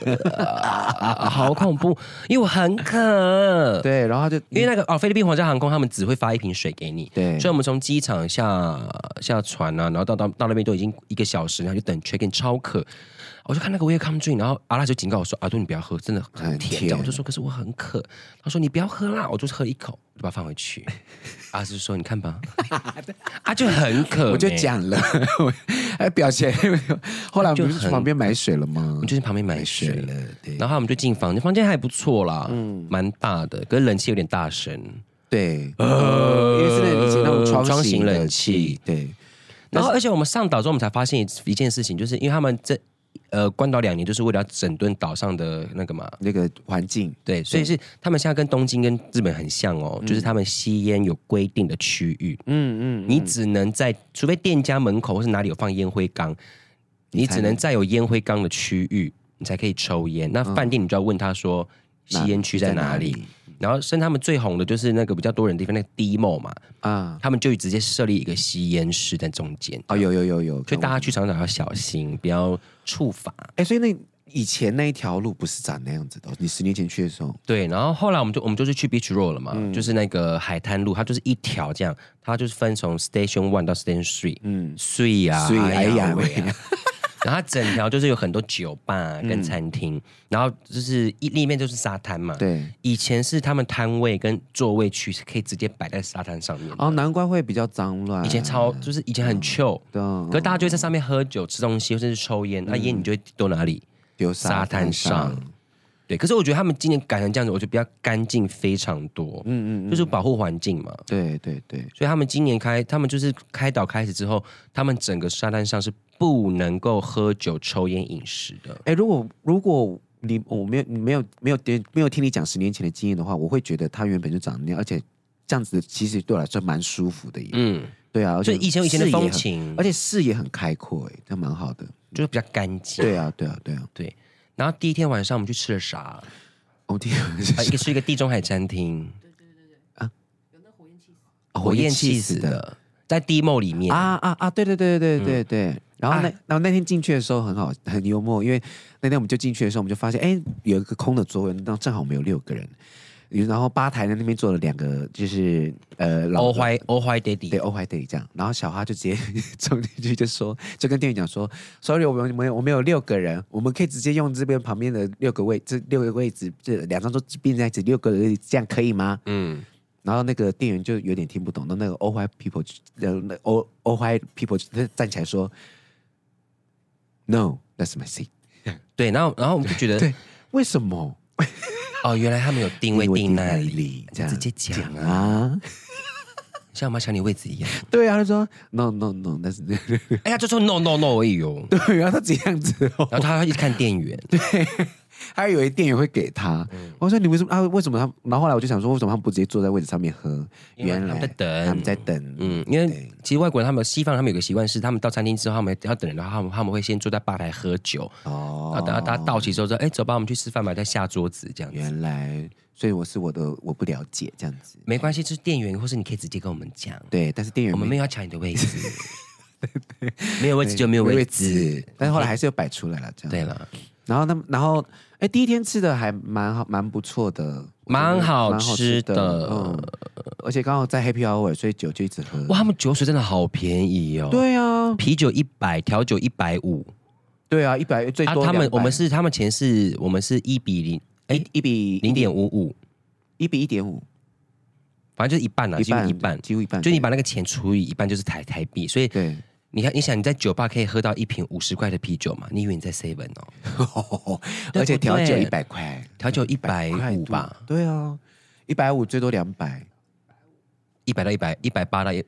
Speaker 1: 啊好恐怖，因为我很渴。
Speaker 2: 对，然后他就
Speaker 1: 呃因为那个哦，菲律宾皇家航空他们只会发一瓶水给你，
Speaker 2: 对
Speaker 1: 所以我们从机场下下船啊，然后到到到那边都已经一个小时，然后就等 check in 超渴，我就看那个 welcome drink，然后阿拉就警告我说：“阿杜你不要喝，真的很
Speaker 2: 很
Speaker 1: 甜。
Speaker 2: 甜
Speaker 1: 这样我就说：“可是我很渴。”他说：“你不要喝啦。”我就喝一口，我就把它放回 去。阿就说：“你看吧，啊就很渴、
Speaker 2: 我就
Speaker 1: 欸，
Speaker 2: 讲了，我还表 情还没有。后来我
Speaker 1: 就
Speaker 2: 们不是
Speaker 1: 很
Speaker 2: 去旁边买水了吗
Speaker 1: 我们？就去旁边买
Speaker 2: 买
Speaker 1: 水
Speaker 2: 水
Speaker 1: 了。
Speaker 2: 了，对
Speaker 1: 然后我们就进房间，房间还不错啦，嗯，蛮大的，可是冷气有点大声。
Speaker 2: 对，呃，因为是那以前那种
Speaker 1: 窗
Speaker 2: 窗
Speaker 1: 型
Speaker 2: 型
Speaker 1: 冷
Speaker 2: 冷
Speaker 1: 气
Speaker 2: 气，对
Speaker 1: 然后，而且我们上岛之后，我们才发现一一件事情，就是因为他们这呃关岛两年，就是为了要整顿岛上的那个嘛，
Speaker 2: 那个环境，
Speaker 1: 对，所以是他们现在跟东京跟日本很像哦，就是他们吸烟有规定的区域，
Speaker 2: 嗯嗯，
Speaker 1: 你只能在除非店家门口或是哪里有放烟灰缸，你只能在有烟灰缸的区域你才可以抽烟。那饭店你就要问他说吸烟区嗯在哪里。然后，甚至他们最红的就是那个比较多人的地方，那个 DMO 嘛，
Speaker 2: 啊？
Speaker 1: 他们就直接设立一个吸烟室在中间。
Speaker 2: 哦，有有有有，
Speaker 1: 所以大家去长岛要小心，不要触法。
Speaker 2: 哎，所以那以前那一条路不是长那样子的哦，你十年前去的时候，
Speaker 1: 对，然后后来我们就我们就是去 Beach Road 了嘛，就是那个海滩路，它就是一条这样，它就是分从 Station One 到 Station Three，嗯，Three 啊，
Speaker 2: Three，
Speaker 1: 哎
Speaker 2: 哎
Speaker 1: 呀嗯
Speaker 2: 呀
Speaker 1: 喂啊。 然后它整条就是有很多酒吧、跟餐厅，然后就是一另一面就是沙滩嘛。，
Speaker 2: 对，
Speaker 1: 以前是他们摊位跟座位区是可以直接摆在沙滩上面的。
Speaker 2: 哦，难怪会比较脏乱，
Speaker 1: 以前超就是以前很 chill，、
Speaker 2: 对哦
Speaker 1: 可是大家就会在上面喝酒、吃东西，或者是抽烟。那烟你就会丢哪里？
Speaker 2: 丢
Speaker 1: 沙
Speaker 2: 沙
Speaker 1: 滩
Speaker 2: 滩
Speaker 1: 上
Speaker 2: 上。
Speaker 1: 对，可是我觉得他们今年改成这样子，我觉得比较干净非常多。嗯嗯就是保护环境嘛。
Speaker 2: 对对对，
Speaker 1: 所以他们今年开，他们就是开岛开始之后，他们整个沙滩上是不能够喝酒、抽烟、饮食的。
Speaker 2: 哎，如果如果你我没有你没有没有听没有听你讲十年前的经验的话，我会觉得它原本就长那样，而且这样子其实对我来说蛮舒服的耶。
Speaker 1: 嗯，
Speaker 2: 对啊，而
Speaker 1: 所
Speaker 2: 且
Speaker 1: 以以前有以前的
Speaker 2: 视野
Speaker 1: 风
Speaker 2: 很，
Speaker 1: 情，
Speaker 2: 而
Speaker 1: 而且
Speaker 2: 且视野很开阔，哎，那蛮好的。
Speaker 1: 就是比较干净。
Speaker 2: 对啊，对啊，对啊，
Speaker 1: 对。然后第一天晚上我们去吃了啥？啊，
Speaker 2: 我听
Speaker 1: 一 个是一个地中海餐 厅，
Speaker 2: 哦
Speaker 1: 火焰
Speaker 2: 气
Speaker 1: 气
Speaker 2: 死哦
Speaker 1: 死的，在嗯 D 梦里面
Speaker 2: 啊啊啊啊！对对对对对对对，然后那、
Speaker 1: 哎
Speaker 2: 然后那天进去的时候很好，很幽默，因为那天我们就进去的时候，我们就发现，哎，有一个空的座位，那正好我们有六个人，然后吧台的那边坐了两个，就是呃老
Speaker 1: 欧怀欧怀
Speaker 2: 对
Speaker 1: daddy，
Speaker 2: 欧怀队长，然后小花就直接 冲进去就说，就跟店员讲说，sorry，我们没有我们有六个人，我们可以直接用这边旁边的六个位，这六个位置，这两张桌子并在一起，六个人这样可以吗？
Speaker 1: 嗯，
Speaker 2: 然后那个店员就有点听不懂，那那个欧怀 people，就呃，那欧欧怀 people 就站起来说，No，that's my seat。
Speaker 1: 对，然后然后我们就觉得，
Speaker 2: 对，为什么？
Speaker 1: 哦，原来他们有定位
Speaker 2: 因为
Speaker 1: 定那
Speaker 2: 定那
Speaker 1: 里，
Speaker 2: 里，这
Speaker 1: 你
Speaker 2: 样
Speaker 1: 直接讲啊，
Speaker 2: 啊？
Speaker 1: 像我妈抢你位置一样，
Speaker 2: 对啊，他说 No No No，但是
Speaker 1: 哎呀，就说 no no no 而已哦，
Speaker 2: 对，然后他这样子哦，
Speaker 1: 然后他一直看店员，
Speaker 2: 还以为店员会给他。
Speaker 1: 嗯
Speaker 2: 我说你为什么啊？为什么他们？然后后来我就想说，为什么他们不直接坐在位置上面喝？
Speaker 1: 因为
Speaker 2: 原来
Speaker 1: 他们在等
Speaker 2: 他们在等。嗯，
Speaker 1: 嗯，因为
Speaker 2: 对
Speaker 1: 其实外国人他们西方人他们有个习惯是，他们到餐厅之后，他们要等人，然后他们他们会先坐在吧台喝酒，
Speaker 2: 哦
Speaker 1: 然后等到大家到齐之后说，哎，走吧，我们去吃饭吧，再下桌子这样子。
Speaker 2: 原来，所以我是我的我不了解这样子。
Speaker 1: 没关系，就是店员，或是你可以直接跟我们讲，
Speaker 2: 对，但是店员
Speaker 1: 我们没有要抢你的位置，没有位置
Speaker 2: 对
Speaker 1: 就没有位置。
Speaker 2: 置，但是后来还是又摆出来了这样。
Speaker 1: 对，了，
Speaker 2: 然后那么然后哎，第一天吃的还蛮好，蛮不错的，
Speaker 1: 蛮好
Speaker 2: 蛮好
Speaker 1: 吃
Speaker 2: 的，
Speaker 1: 的。
Speaker 2: 嗯，而且刚好在 Happy Hour，所以酒就一直喝。
Speaker 1: 哇，他们酒水真的好便宜哦。，
Speaker 2: 对啊，
Speaker 1: 啤酒一百，调酒一百五。
Speaker 2: 对啊，一百最
Speaker 1: 啊，
Speaker 2: 多200、
Speaker 1: 他们我们是他们钱是我们是一比零，哎，
Speaker 2: 一一比
Speaker 1: 零点五五，
Speaker 2: 一比一点五，
Speaker 1: 反正就是一半啦，啊
Speaker 2: 一
Speaker 1: 几乎
Speaker 2: 半
Speaker 1: 一半。
Speaker 2: 几乎一半，
Speaker 1: 就你把那个钱除以一半，就是台台币，所以
Speaker 2: 对，
Speaker 1: 你看，你想你在酒吧可以喝到一瓶五十块的啤酒嘛？你以为你在 seven 哦？对
Speaker 2: 而且调酒
Speaker 1: 对
Speaker 2: 一百块，
Speaker 1: 调酒一百
Speaker 2: 100
Speaker 1: 五吧，
Speaker 2: 度，对啊，一百五最多两百，
Speaker 1: 一百到一百，一百八到一，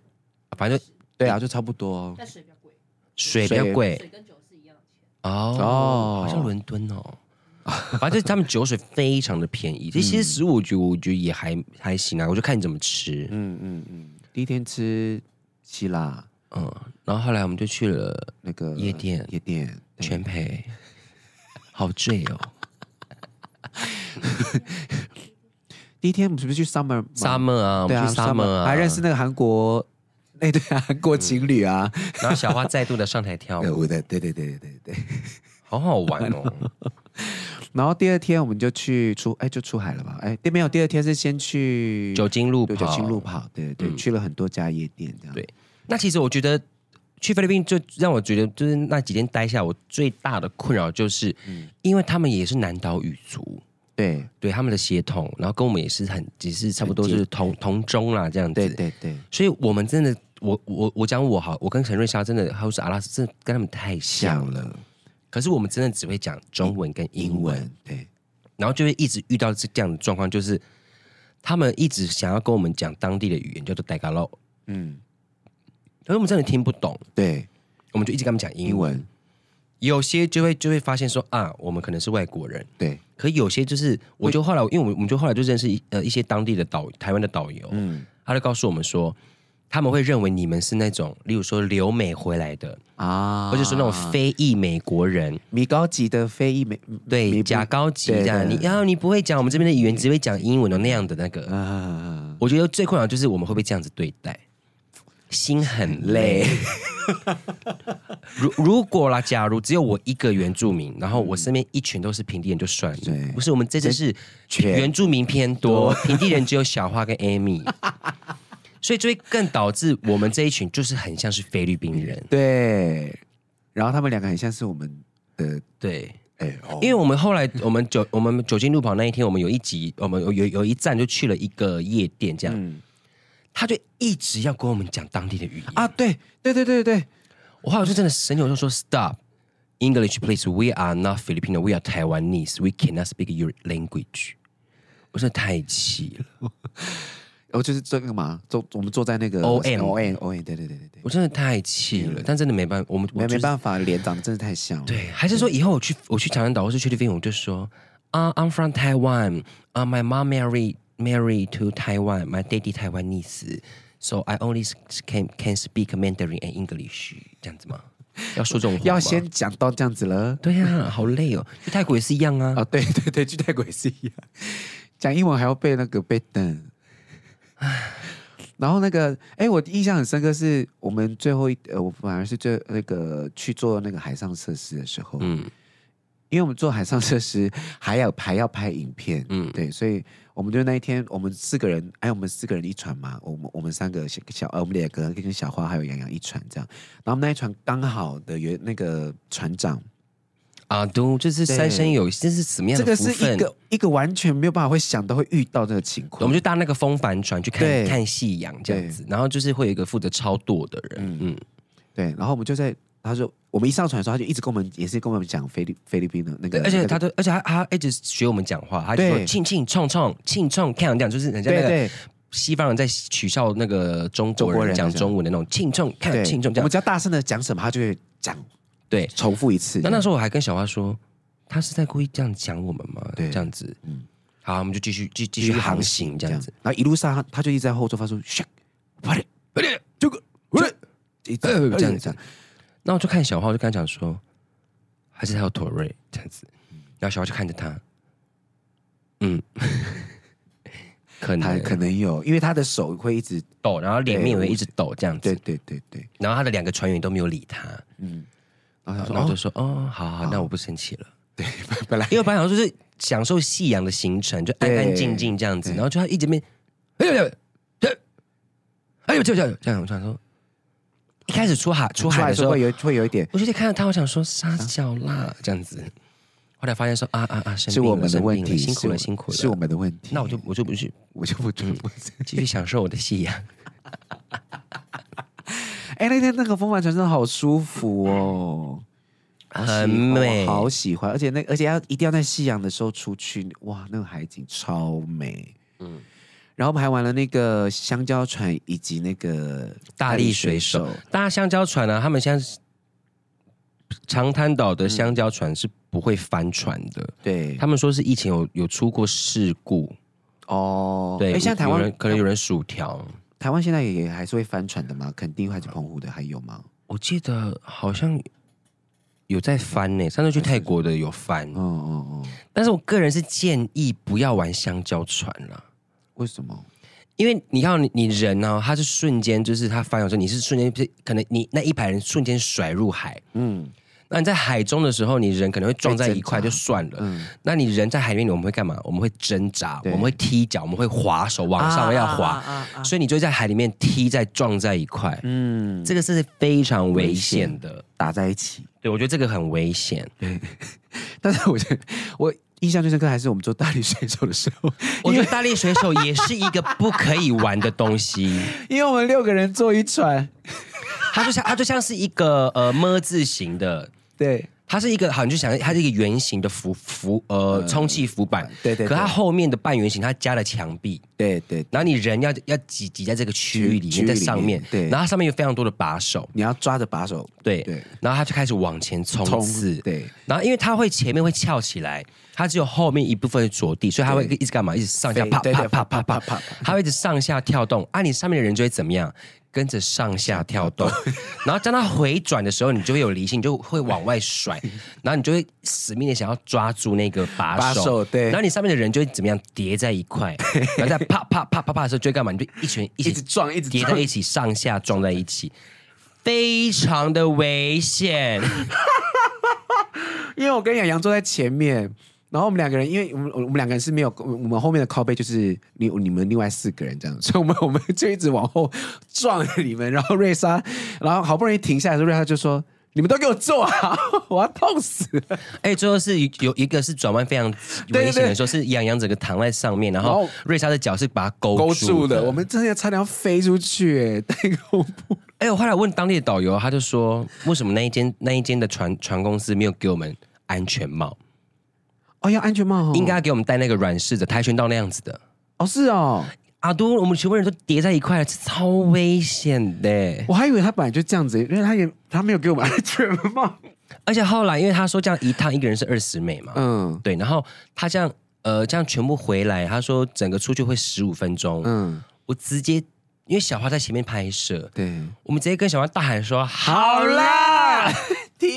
Speaker 1: 反正就
Speaker 2: 对啊，就差不多。
Speaker 3: 但水比较贵，
Speaker 1: 水比较贵
Speaker 3: 水跟酒是一样的钱。
Speaker 1: 哦，
Speaker 2: 哦
Speaker 1: 好像伦敦哦。反正就是他们酒水非常的便
Speaker 2: 嗯
Speaker 1: 宜，其实食物我觉得我觉得也还还行啊，我就看你怎么吃。
Speaker 2: 嗯嗯嗯，第一天吃希腊
Speaker 1: 嗯，然后后来我们就去了
Speaker 2: 那个
Speaker 1: 夜店
Speaker 2: 夜店对
Speaker 1: 全陪，好醉 哦。
Speaker 2: 第一天我们是不是去 Summer 吗
Speaker 1: Summer 啊，我
Speaker 2: 对啊
Speaker 1: 们去 Summer 啊，
Speaker 2: 还认识那个韩国。 哎，对啊，韩国情侣啊，
Speaker 1: 然后小花再度的上台 跳
Speaker 2: 对
Speaker 1: 舞，
Speaker 2: 我的，对对对对对对。
Speaker 1: 好好玩 哦。
Speaker 2: 然后第二天我们就去出，哎，就出海了吧？哎，没有，第二天是先去
Speaker 1: 酒精路
Speaker 2: 对
Speaker 1: 跑，嗯
Speaker 2: 酒精路跑，对对，去了很多家夜店这样。
Speaker 1: 对那其实我觉得去菲律宾就让我觉得，就是那几天待下，我最大的困扰就是，
Speaker 2: 嗯
Speaker 1: 因为他们也是南岛语族，
Speaker 2: 对
Speaker 1: 对他们的血统，然后跟我们也是很，只是差不多
Speaker 2: 很
Speaker 1: 就
Speaker 2: 接
Speaker 1: 是同同宗啦这样子。
Speaker 2: 对对对，
Speaker 1: 所以我们真的，我我我讲我好，我跟陈瑞莎真的，还有是阿拉斯，真的跟他们太像
Speaker 2: 想
Speaker 1: 了。
Speaker 2: 了
Speaker 1: 可是我们真的只会讲中文跟英
Speaker 2: 英
Speaker 1: 文，
Speaker 2: 文，对
Speaker 1: 然后就会一直遇到这这样的状况，就是他们一直想要跟我们讲当地的语言，叫做 d a g a l o
Speaker 2: 嗯
Speaker 1: 可是我们真的听不懂，
Speaker 2: 对，
Speaker 1: 我们就一直跟他们讲英
Speaker 2: 英
Speaker 1: 文。
Speaker 2: 文
Speaker 1: 有些就会就会发现说啊，我们可能是外国人，
Speaker 2: 对，
Speaker 1: 可有些就是，我就后来，因为我们我们就后来就认识一呃一些当地的导台湾的导游，
Speaker 2: 嗯
Speaker 1: 他就告诉我们说，他们会认为你们是那种，例如说留美回来的，
Speaker 2: 啊，
Speaker 1: 或者说那种非裔美国人，
Speaker 2: 米高级的非裔美
Speaker 1: 对，假
Speaker 2: 加
Speaker 1: 高级
Speaker 2: 对
Speaker 1: 这样，
Speaker 2: 对
Speaker 1: 你然啊后你不会讲我们这边的语言，只会讲英文的那样的那个，
Speaker 2: 啊，
Speaker 1: 我觉得最困扰就是我们会被这样子对待，心很累
Speaker 2: 累。
Speaker 1: 如如果啦，假如只有我一个原住民，然后我身边一群都是平地人，就算了
Speaker 2: 对。
Speaker 1: 不是，我们这次是
Speaker 2: 全
Speaker 1: 原住民偏多，平地人只有小花跟 Amy，所以就会更导致我们这一群就是很像是菲律宾人。
Speaker 2: 对，然后他们两个很像是我们的
Speaker 1: 对，
Speaker 2: 哎，哦
Speaker 1: 因为我们后来我们酒我 们酒精路跑那一天，我们有一集，我们有有有一站就去了一个夜店，这样，
Speaker 2: 嗯
Speaker 1: 他就一直要跟我们讲当地的语言
Speaker 2: 啊，对对对对对，
Speaker 1: 我后来就真的神勇就说 Stop English, please. We are not Filipino. We are Taiwanese. We cannot speak your language. 我真的太气了，
Speaker 2: 哦，就是这个嘛，坐我们坐在那个
Speaker 1: OM
Speaker 2: O N O N，对对对对对，
Speaker 1: 我真的太气
Speaker 2: 嗯
Speaker 1: 了。但真的没办法，我们我
Speaker 2: 没
Speaker 1: 就是
Speaker 2: 没办法，脸长得真的太像了，
Speaker 1: 对，还是说以后我去我去长滩岛或是去菲律宾，我就说啊、i m from Taiwan. 啊、m y mom married married to Taiwan. My daddy Taiwanese. So I only can can speak Mandarin and English. 这样子吗？要说这种话吗
Speaker 2: 要先讲到这样子了。
Speaker 1: 对呀、好累哦。去泰国也是一样啊。
Speaker 2: 啊，对 对对， 去泰国也是一样，讲英文还要被那个被等。 然后那个，哎、我印象很深刻，是我们最后一，呃，我反而是最那个去做那个海上设施的时候，
Speaker 1: 嗯
Speaker 2: 因为我们做海上设施还要还要拍影片，
Speaker 1: 嗯，
Speaker 2: 对，所以我们就那一天，我们四个人，哎，我们四个人一船嘛，我们我们三个小小，呃，我们两个跟小花还有洋洋一船这样，然后我们那一船刚好的有那个船长，
Speaker 1: 阿啊都，这是三生有，这是什么样
Speaker 2: 呃这
Speaker 1: 的
Speaker 2: 个
Speaker 1: 福
Speaker 2: 是
Speaker 1: 分？
Speaker 2: 一个一个完全没有办法会想到会遇到这个情况，
Speaker 1: 我们就搭那个风帆船去看
Speaker 2: 对
Speaker 1: 看夕阳这样子，然后就是会有一个负责超舵的人，嗯，
Speaker 2: 对，然后我们就在，他说我们一上船的时候，他就一直跟我们也是跟我们讲菲律菲律宾的那个，
Speaker 1: 对，而且
Speaker 2: 那个
Speaker 1: 他都，而且他他一直学我们讲话，他就说
Speaker 2: 嗯对
Speaker 1: 庆庆冲冲庆冲看这样，就是人家
Speaker 2: 对
Speaker 1: 那个
Speaker 2: 对
Speaker 1: 西方人在取笑那个中
Speaker 2: 中
Speaker 1: 国
Speaker 2: 国
Speaker 1: 人
Speaker 2: 人
Speaker 1: 讲
Speaker 2: 那种
Speaker 1: 中文的那种庆冲看
Speaker 2: 对，
Speaker 1: 庆冲这
Speaker 2: 我
Speaker 1: 样
Speaker 2: 们，只要大声的讲什么，他就会讲
Speaker 1: 对。
Speaker 2: 重复一次。
Speaker 1: 那那时候我还跟小花说，他是在故意这样讲我们吗？
Speaker 2: 对
Speaker 1: 这样子，嗯
Speaker 2: 嗯，
Speaker 1: 好，我们就继续继继续航行这样子，，
Speaker 2: 然后一路上他他就一直在后座发出 shake，啪嘞啪嘞，就个啪嘞，一直
Speaker 1: 呃这样
Speaker 2: 这样，
Speaker 1: 那我就看小花，我就跟他讲说，还是他有妥瑞这样子，然后小花就看着他， 嗯，可
Speaker 2: 他
Speaker 1: 能
Speaker 2: 可能有，因为他的手会一直，
Speaker 1: 抖，然后脸面也会一直抖这样
Speaker 2: 对
Speaker 1: 子，
Speaker 2: 对对对，
Speaker 1: 然后他的两个船员都没有理他，
Speaker 2: 嗯，然后他
Speaker 1: 然
Speaker 2: 说
Speaker 1: 后我就
Speaker 2: 哦，
Speaker 1: 说，哦，好好，
Speaker 2: 好
Speaker 1: 那我不生气了，
Speaker 2: 本 来
Speaker 1: 因为本来想说就是享受夕阳的行程，就安安静静这样子，
Speaker 2: 对
Speaker 1: 然后就他一直面，哎呦哎呦，哎呦这样这样，我想说，一开始出海出海的时候
Speaker 2: 会，有啊会有一点
Speaker 1: 我就在看到他，我想说撒娇啦这样子，后来发现说啊啊啊，生
Speaker 2: 是
Speaker 1: 病了
Speaker 2: 我们的
Speaker 1: 生病
Speaker 2: 问
Speaker 1: 了
Speaker 2: 题，
Speaker 1: 辛苦
Speaker 2: 是
Speaker 1: 了
Speaker 2: 我
Speaker 1: 辛苦了，
Speaker 2: 是我们的问题。
Speaker 1: 那我就我就不去
Speaker 2: 我就不准。
Speaker 1: 继续享受我的夕阳，
Speaker 2: 哎，那天那个风帆船真的好舒服哦，好喜
Speaker 1: 很美
Speaker 2: 我好喜欢。而且那而且要一定要在夕阳的时候出去，哇，那个海景超
Speaker 1: 嗯
Speaker 2: 美。嗯，然后我们还玩了那个香蕉船以及那个
Speaker 1: 大力水手，搭香蕉船啊，他们现在是长滩岛
Speaker 2: 嗯
Speaker 1: 的香蕉船是不会翻船的，
Speaker 2: 对，
Speaker 1: 他们说是疫情有有出过事故，
Speaker 2: 哦，
Speaker 1: 对，
Speaker 2: 哎，现在台
Speaker 1: 有人
Speaker 2: 湾
Speaker 1: 可能有人薯条，
Speaker 2: 台湾现在也还是会帆船的吗？肯定还是澎湖的还有吗？
Speaker 1: 我记得好像有在翻呢、上次去泰国的有翻，
Speaker 2: 嗯嗯嗯，
Speaker 1: 但是我个人是建议不要玩香蕉船啦。
Speaker 2: 为什么？
Speaker 1: 因为你看你你人呢、他是瞬间就是他翻涌的时候，你是瞬间可能你那一排人瞬间甩入海。
Speaker 2: 嗯
Speaker 1: 那你在海中的时候，你人可能会撞在一块
Speaker 2: 会
Speaker 1: 就
Speaker 2: 挣扎
Speaker 1: 算了。
Speaker 2: 嗯，
Speaker 1: 那你人在海里面，我们会干嘛？我们会挣扎，我
Speaker 2: 对
Speaker 1: 们会踢脚，我们会划手往上嗯要划，
Speaker 2: 啊啊啊啊啊
Speaker 1: 所以你就会在海里面踢在撞在一块，
Speaker 2: 嗯，
Speaker 1: 这个是非常危险的。
Speaker 2: 打在一起。
Speaker 1: 对，我觉得这个很危 险。
Speaker 2: 但是我觉得我印象最深刻还是我们做大力水手的时候，
Speaker 1: 我觉得大力水手也是一个不可以玩的东 西，
Speaker 2: 因为我们六个人坐一船，
Speaker 1: 它就像它就像是一个呃么字形的，
Speaker 2: 对
Speaker 1: 它是一个好，你就想它是一个圆形的浮浮呃充气浮板，
Speaker 2: 对对对
Speaker 1: 可它后面的半圆形它加了墙壁，
Speaker 2: 对对，
Speaker 1: 然后你人要要挤挤在这个区域里
Speaker 2: 区
Speaker 1: 面，在
Speaker 2: 域里
Speaker 1: 上面
Speaker 2: 面，对
Speaker 1: 然后它上面有非常多的把手，
Speaker 2: 你要抓着把手
Speaker 1: 对，
Speaker 2: 对
Speaker 1: 然后它就开始往前冲刺，
Speaker 2: 对
Speaker 1: 然后因为它会前面会翘起来，它只有后面一部分会着地，所以它会
Speaker 2: 对
Speaker 1: 一直干嘛？一直上下
Speaker 2: 对
Speaker 1: 啪
Speaker 2: 对
Speaker 1: 啪
Speaker 2: 对
Speaker 1: 啪啪啪
Speaker 2: 啪啪
Speaker 1: 啪
Speaker 2: 啪啪，
Speaker 1: 它会一直上下跳动。啊，你上面的人就会怎么样？跟着上下跳动， 然后当它回转的时候，你就会有离心，你就会往外 甩，然后你就会死命的想要抓住那个把手，
Speaker 2: 把手对
Speaker 1: 然后你上面的人就会怎么样叠在一 块，然后在啪啪啪啪啪的时候就会干嘛？你就一群一
Speaker 2: 一
Speaker 1: 起
Speaker 2: 直撞一直
Speaker 1: 叠
Speaker 2: 撞
Speaker 1: 在一起，上下撞在一起，非常的危 险。
Speaker 2: 因为我跟杨洋坐在前面。然后我们两个人，因为我们我们两个人是没有，我们后面的靠背就是你你们另外四个人这 样，所以我们我们就一直往后撞你们。然后瑞莎，然后好不容易停下来的时候，瑞莎就说：“你们都给我坐啊， 我要痛死了。”
Speaker 1: 哎、最后是有一个是转弯非常
Speaker 2: 对
Speaker 1: 危险的
Speaker 2: 对
Speaker 1: 时候，是杨洋整个躺在上面，然
Speaker 2: 然
Speaker 1: 后
Speaker 2: 后
Speaker 1: 瑞莎的脚是把它哦勾
Speaker 2: 勾
Speaker 1: 住
Speaker 2: 住
Speaker 1: 的。
Speaker 2: 的，我们真的差点要飞出去，哎，太恐怖！
Speaker 1: 哎、我后来问当地的导游，他就说为什么那一间那一间的船船公司没有给我们安全帽，
Speaker 2: 哦，要安全帽哦，
Speaker 1: 应该要给我们戴那个软式的跆拳道那样子的。
Speaker 2: 哦，是哦，
Speaker 1: 阿都，我们全部人都叠在一块，这超危险的、
Speaker 2: 我还以为他本来就这样子，因为他也他没有给我们安全帽，
Speaker 1: 而且后来，因为他说这样一趟一个人是二十美嘛，
Speaker 2: 嗯
Speaker 1: 对，然后他这样呃这样全部回来，他说整个出去会十五分钟，
Speaker 2: 嗯，
Speaker 1: 我直接因为小花在前面拍摄，
Speaker 2: 对，
Speaker 1: 我们直接跟小花大喊说：“好啦，
Speaker 2: 停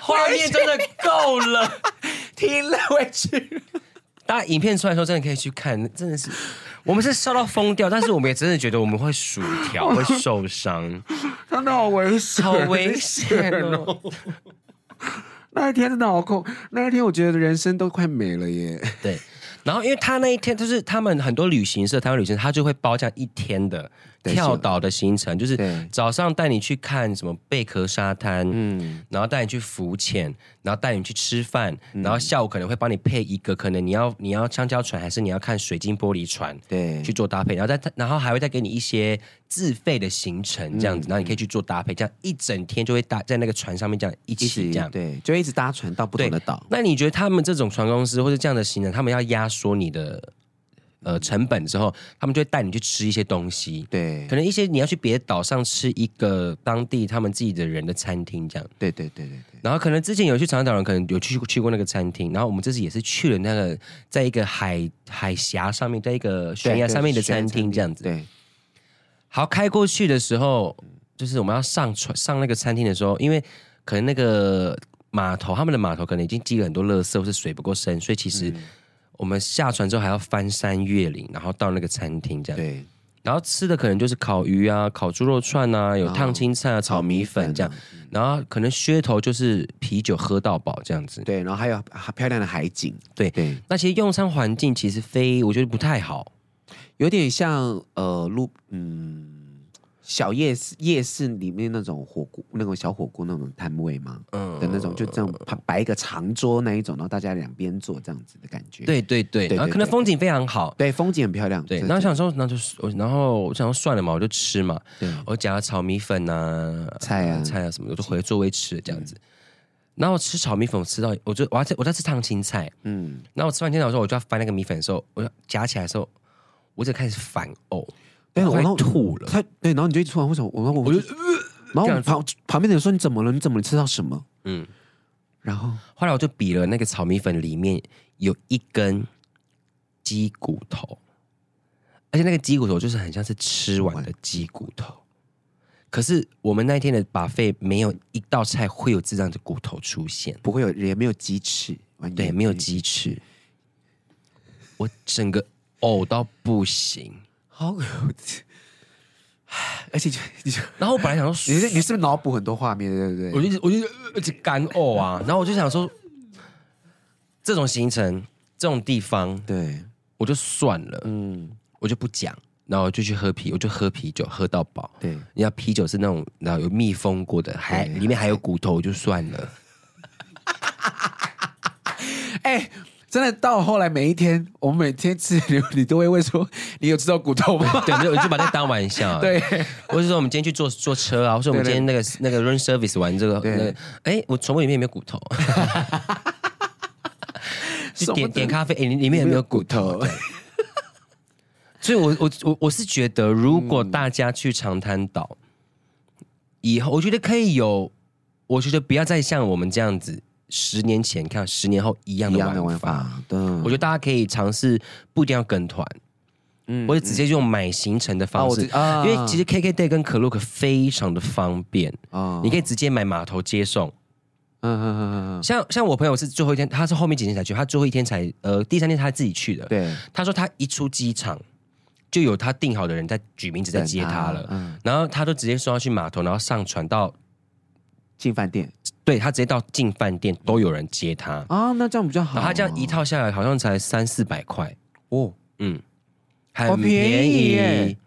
Speaker 1: 画面真的够了。
Speaker 2: 停了，回去。”
Speaker 1: 大家影片出来的时候，真的可以去看，真的是我们是烧到疯掉，但是我们也真的觉得我们会薯 条，会受伤，
Speaker 2: 真的好危险，
Speaker 1: 好 危险哦！
Speaker 2: 那一天真的好恐，那一天我觉得人生都快没了耶。
Speaker 1: 对，然后因为他那一天就是他们很多旅行社，台湾旅行社他就会包这样一天的
Speaker 2: 对
Speaker 1: 跳
Speaker 2: 是
Speaker 1: 岛的行程，就是
Speaker 2: 对
Speaker 1: 早上带你去看什么贝壳沙滩，
Speaker 2: 嗯，
Speaker 1: 然后带你去浮潜，然后带你去吃饭，然后下午可能会帮你配一个，可能你要你要香蕉船还是你要看水晶玻璃船。
Speaker 2: 对，
Speaker 1: 去做搭配，然后再然后还会再给你一些自费的行程这样
Speaker 2: 嗯
Speaker 1: 子，然后你可以去做搭配，这样一整天就会搭在那个船上面这样一
Speaker 2: 一
Speaker 1: 起
Speaker 2: 直
Speaker 1: 这样。
Speaker 2: 对，就一直搭船到不同的岛。
Speaker 1: 那你觉得他们这种船公司或者这样的行程，他们要压缩你的呃成本之后，他们就会带你去吃一些东西，
Speaker 2: 对
Speaker 1: 可，能一些你要去别的岛上吃一个当地他们自己的人的餐厅这样。
Speaker 2: 对对对对对，
Speaker 1: 然后可能之前有去长岛人，可能有去去过那个餐厅，然后我们这次也是去了那个在一个海海峡上面，在一个悬崖上面的餐厅这样子。
Speaker 2: 对，
Speaker 1: 好，开过去的时候，就是我们要上船上那个餐厅的时候，因为可能那个码头他们的码头可能已经积了很多垃圾，或是水不够深，所以其实我们下船之后还要翻山越岭，然后到那个餐厅这样。
Speaker 2: 对，
Speaker 1: 然后吃的可能就是烤鱼啊、烤猪肉串啊、有烫青菜啊、炒米粉嗯这样。然后可能噱头就是啤酒喝到饱这样子。
Speaker 2: 对，然后还有还漂亮的海景，
Speaker 1: 对
Speaker 2: 对，
Speaker 1: 那其实用餐环境其实非我觉得不太好，
Speaker 2: 有点像呃路嗯小夜市夜市里面那种火锅那种小火锅那种摊位嘛
Speaker 1: 嗯
Speaker 2: 的那种，就这样摆摆一个长桌那一种，然后大家两边坐这样子的感觉。
Speaker 1: 对对对，
Speaker 2: 对
Speaker 1: 然后
Speaker 2: 对
Speaker 1: 可能
Speaker 2: 对
Speaker 1: 风景非常好，
Speaker 2: 对，风景很漂亮。
Speaker 1: 对，
Speaker 2: 这
Speaker 1: 然后想说，然后就是，我然后我想说算了嘛，我就吃嘛，
Speaker 2: 对嗯
Speaker 1: 我夹炒米粉啊、
Speaker 2: 菜啊
Speaker 1: 呃菜啊什么的，我就回座位吃了这样子。然后我吃炒米粉，我吃到，我就我要吃我在吃烫青菜，
Speaker 2: 嗯，
Speaker 1: 然后我吃完青菜的时候，我就要翻那个米粉的时候，我要夹起来的时候，我就开始反呕，
Speaker 2: 对，
Speaker 1: 快
Speaker 2: 然后
Speaker 1: 吐了。呃
Speaker 2: 他对，然后你就一直突然为什么？我我我就，然后我旁旁边的人说你怎么了？你怎么了你吃到什么？
Speaker 1: 嗯，
Speaker 2: 然后
Speaker 1: 后来我就比了那个炒米粉里面有一根鸡骨头，而且那个鸡骨头就是很像是吃完的鸡骨头。可是我们那天的把费没有一道菜会有这样的骨头出现，
Speaker 2: 不会有也没有鸡翅，完全
Speaker 1: 对，嗯没有鸡翅，我整个呕到不行。
Speaker 2: 好， 而且就你就
Speaker 1: 然后我本来想说，
Speaker 2: 你是你是不是脑补很多画面？对 对
Speaker 1: 我
Speaker 2: 对，
Speaker 1: 就一直我就一直一直干呕啊，然后我就想说，这种行程这种地方
Speaker 2: 对，
Speaker 1: 我就算了，
Speaker 2: 嗯，
Speaker 1: 我就不讲，然后我就去喝啤，我就喝啤酒，喝到饱。
Speaker 2: 对，
Speaker 1: 人家啤酒是那种，然后有密封过的，还里面还有骨头，就算了。
Speaker 2: 哎、真的到后来每一天，我们每天吃榴你都会问说，你有吃到骨头 吗？
Speaker 1: 对，我就我就把它当玩笑。啊
Speaker 2: 对，
Speaker 1: 或者说我们今天去坐坐车啊，或者我们今天那个那个 run service 玩这个，
Speaker 2: 对
Speaker 1: 那个，哎，我宠物里面有没有骨 头？去
Speaker 2: 什么
Speaker 1: 点
Speaker 2: 的
Speaker 1: 点咖啡，哎，里里面有没有骨头？对 所以我，我我我是觉得，如果大家去长滩岛、以后，我觉得可以有，我觉得不要再像我们这样子，十年前看十年后一样
Speaker 2: 一
Speaker 1: 的
Speaker 2: 样的玩
Speaker 1: 玩法。
Speaker 2: 法，嗯对，
Speaker 1: 我觉得大家可以尝试，不一定要跟团，
Speaker 2: 嗯
Speaker 1: 或者直接用买行程的方式，
Speaker 2: 啊
Speaker 1: 因为其实 KKday 跟 Klook 非常的方便，
Speaker 2: 啊
Speaker 1: 你可
Speaker 2: 以，
Speaker 1: 以直接买码头接送。
Speaker 2: 嗯嗯嗯嗯，
Speaker 1: 像像我朋友是最后一天，他是后面几天才去，他最后一天才呃第三天他自己去的。
Speaker 2: 对，
Speaker 1: 他说他一出机场就有他订好的人在举名字在接他了，
Speaker 2: 嗯，
Speaker 1: 然后他就直接说要去码头，然后上船到，
Speaker 2: 进饭店
Speaker 1: 对他直接到进饭店都有人接他，
Speaker 2: 啊，那这样比较好。
Speaker 1: 然后他这样一套下来好像才三四百块，
Speaker 2: 哦，
Speaker 1: 嗯，
Speaker 2: 好
Speaker 1: 很
Speaker 2: 便
Speaker 1: 便
Speaker 2: 宜
Speaker 1: 宜
Speaker 2: 耶。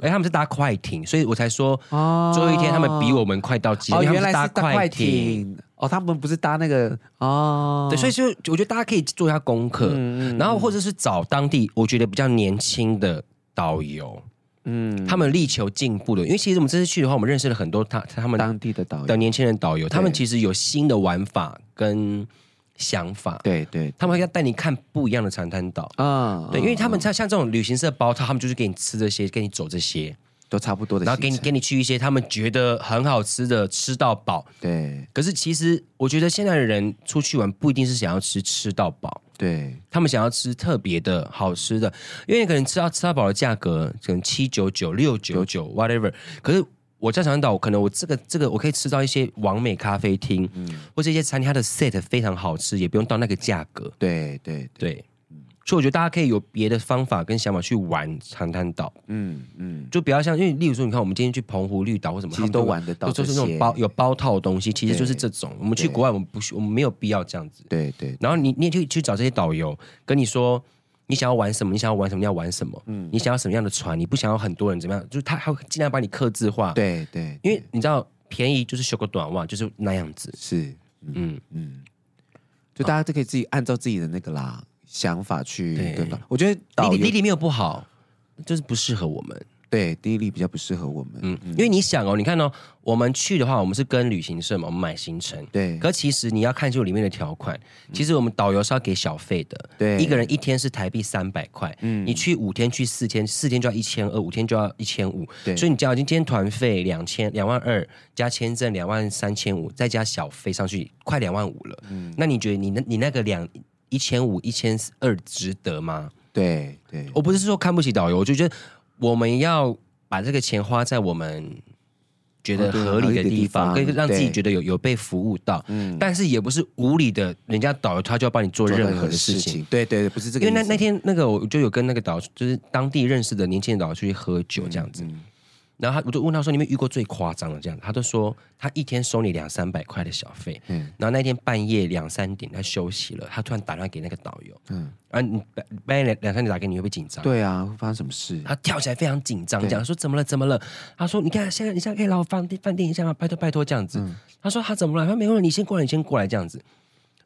Speaker 1: 哎，他们是搭快艇，所以我才说
Speaker 2: 哦
Speaker 1: 最后一天他们比我们快到机，
Speaker 2: 哦，
Speaker 1: 因为
Speaker 2: 原
Speaker 1: 他
Speaker 2: 来
Speaker 1: 们
Speaker 2: 是搭
Speaker 1: 快
Speaker 2: 快。艇哦，他们不是搭那个哦，
Speaker 1: 对，所以就我觉得大家可以做一下功课，
Speaker 2: 嗯嗯
Speaker 1: 然后或者是找当地我觉得比较年轻的导游，
Speaker 2: 嗯，
Speaker 1: 他们力求进步的。因为其实我们这次去的话，我们认识了很多他他们
Speaker 2: 当地的导
Speaker 1: 的
Speaker 2: 游，
Speaker 1: 年轻人导游，他们其实有新的玩法跟想法，
Speaker 2: 对对
Speaker 1: 他们要带你看不一样的长滩岛。
Speaker 2: 啊，
Speaker 1: 对，因为他们像像这种旅行社包套，他们就是给你吃这些，给你走这些，
Speaker 2: 都差不多的
Speaker 1: 然
Speaker 2: 行
Speaker 1: 后给
Speaker 2: 程，
Speaker 1: 你给你去一些他们觉得很好吃的，吃到饱。
Speaker 2: 对
Speaker 1: 可是其实我觉得现在的人出去玩不一定是想要吃吃到饱，
Speaker 2: 对
Speaker 1: 他们想要吃特别的好吃的，因为你可能吃到吃到饱的价格可能七九九、六九九，whatever。可是我在长滩岛，可能我这个这个我可以吃到一些完美咖啡厅，
Speaker 2: 嗯
Speaker 1: 或者一些餐厅，它的 set 非常好吃，也不用到那个价格。
Speaker 2: 对对对，
Speaker 1: 对，所以我觉得大家可以有别的方法跟想法去玩长滩岛，
Speaker 2: 嗯嗯，
Speaker 1: 就不要像，因为例如说，你看我们今天去澎湖绿岛或什么，
Speaker 2: 其实
Speaker 1: 他们
Speaker 2: 都玩得到
Speaker 1: 都是那
Speaker 2: 这些
Speaker 1: 种包有包套的东西，其实
Speaker 2: 对
Speaker 1: 就是这种。我们去
Speaker 2: 对
Speaker 1: 国外，我们不需我们没有必要这样子。
Speaker 2: 对对，
Speaker 1: 然后你你也去去找这些导游，跟你说你想要玩什么，你想要玩什么，你要玩什么，
Speaker 2: 嗯
Speaker 1: 你想要什么样的船，你不想要很多人怎么样，就是他他会尽量把你克制化。，
Speaker 2: 对对，
Speaker 1: 因为你知道便宜就是修个短袜，就是那样子。
Speaker 2: 是，
Speaker 1: 嗯，
Speaker 2: 就大家都可以自己按照自己的那个啦想法去
Speaker 1: 对
Speaker 2: 跟到。我觉得
Speaker 1: 莉
Speaker 2: 导
Speaker 1: 莉莉
Speaker 2: 游
Speaker 1: 莉没有不好，就是不适合我们。
Speaker 2: 对第一例比较不适合我们，
Speaker 1: 嗯，因为你想哦，你看哦，我们去的话，我们是跟旅行社嘛，我们买行程。
Speaker 2: 对嗯
Speaker 1: 可其实你要看就里面的条款，其实我们导游是要给小费的，
Speaker 2: 对嗯
Speaker 1: 一个人一天是台币三百块，你去五天去四天，四天就要一千二，五天就要一千五，
Speaker 2: 对
Speaker 1: 所以你只要今天团费两千两万二，加签证两万三千五，再加小费上去快两万五了，
Speaker 2: 嗯
Speaker 1: 那你觉得你那你那个两一千五一千二值得吗？
Speaker 2: 对对，
Speaker 1: 我不是说看不起导游，我就觉得我们要把这个钱花在我们觉得
Speaker 2: 哦对
Speaker 1: 合理的地方，
Speaker 2: 合理的地方
Speaker 1: 跟让自己
Speaker 2: 对嗯
Speaker 1: 觉得有有被服务到，但是也不是无理的，人家导游他就要帮你做
Speaker 2: 做
Speaker 1: 任
Speaker 2: 任
Speaker 1: 何
Speaker 2: 何
Speaker 1: 的事情。，
Speaker 2: 对对对，不是这
Speaker 1: 因
Speaker 2: 个意
Speaker 1: 为
Speaker 2: 思，
Speaker 1: 那那天那个我就有跟那个导游，就是当地认识的年轻人导游出去喝酒这样
Speaker 2: 嗯
Speaker 1: 子，然后他我就问他说：“你有没有遇过最夸张的这样？”他就说他一天收你两三百块的小费，
Speaker 2: 嗯
Speaker 1: 然后那天半夜两三点他休息了，他突然打电话给那个导游，嗯，啊你半半夜两两三点打给你会不会紧张？
Speaker 2: 对啊，会发生什么事？
Speaker 1: 他跳起来非常紧张，
Speaker 2: 对
Speaker 1: 讲说怎么了怎么了？他说你看现在你现在可以来我饭店饭店一下吗？拜托拜托这样子。他说他怎么了？他说没问题，你先过来，你先过来这样子。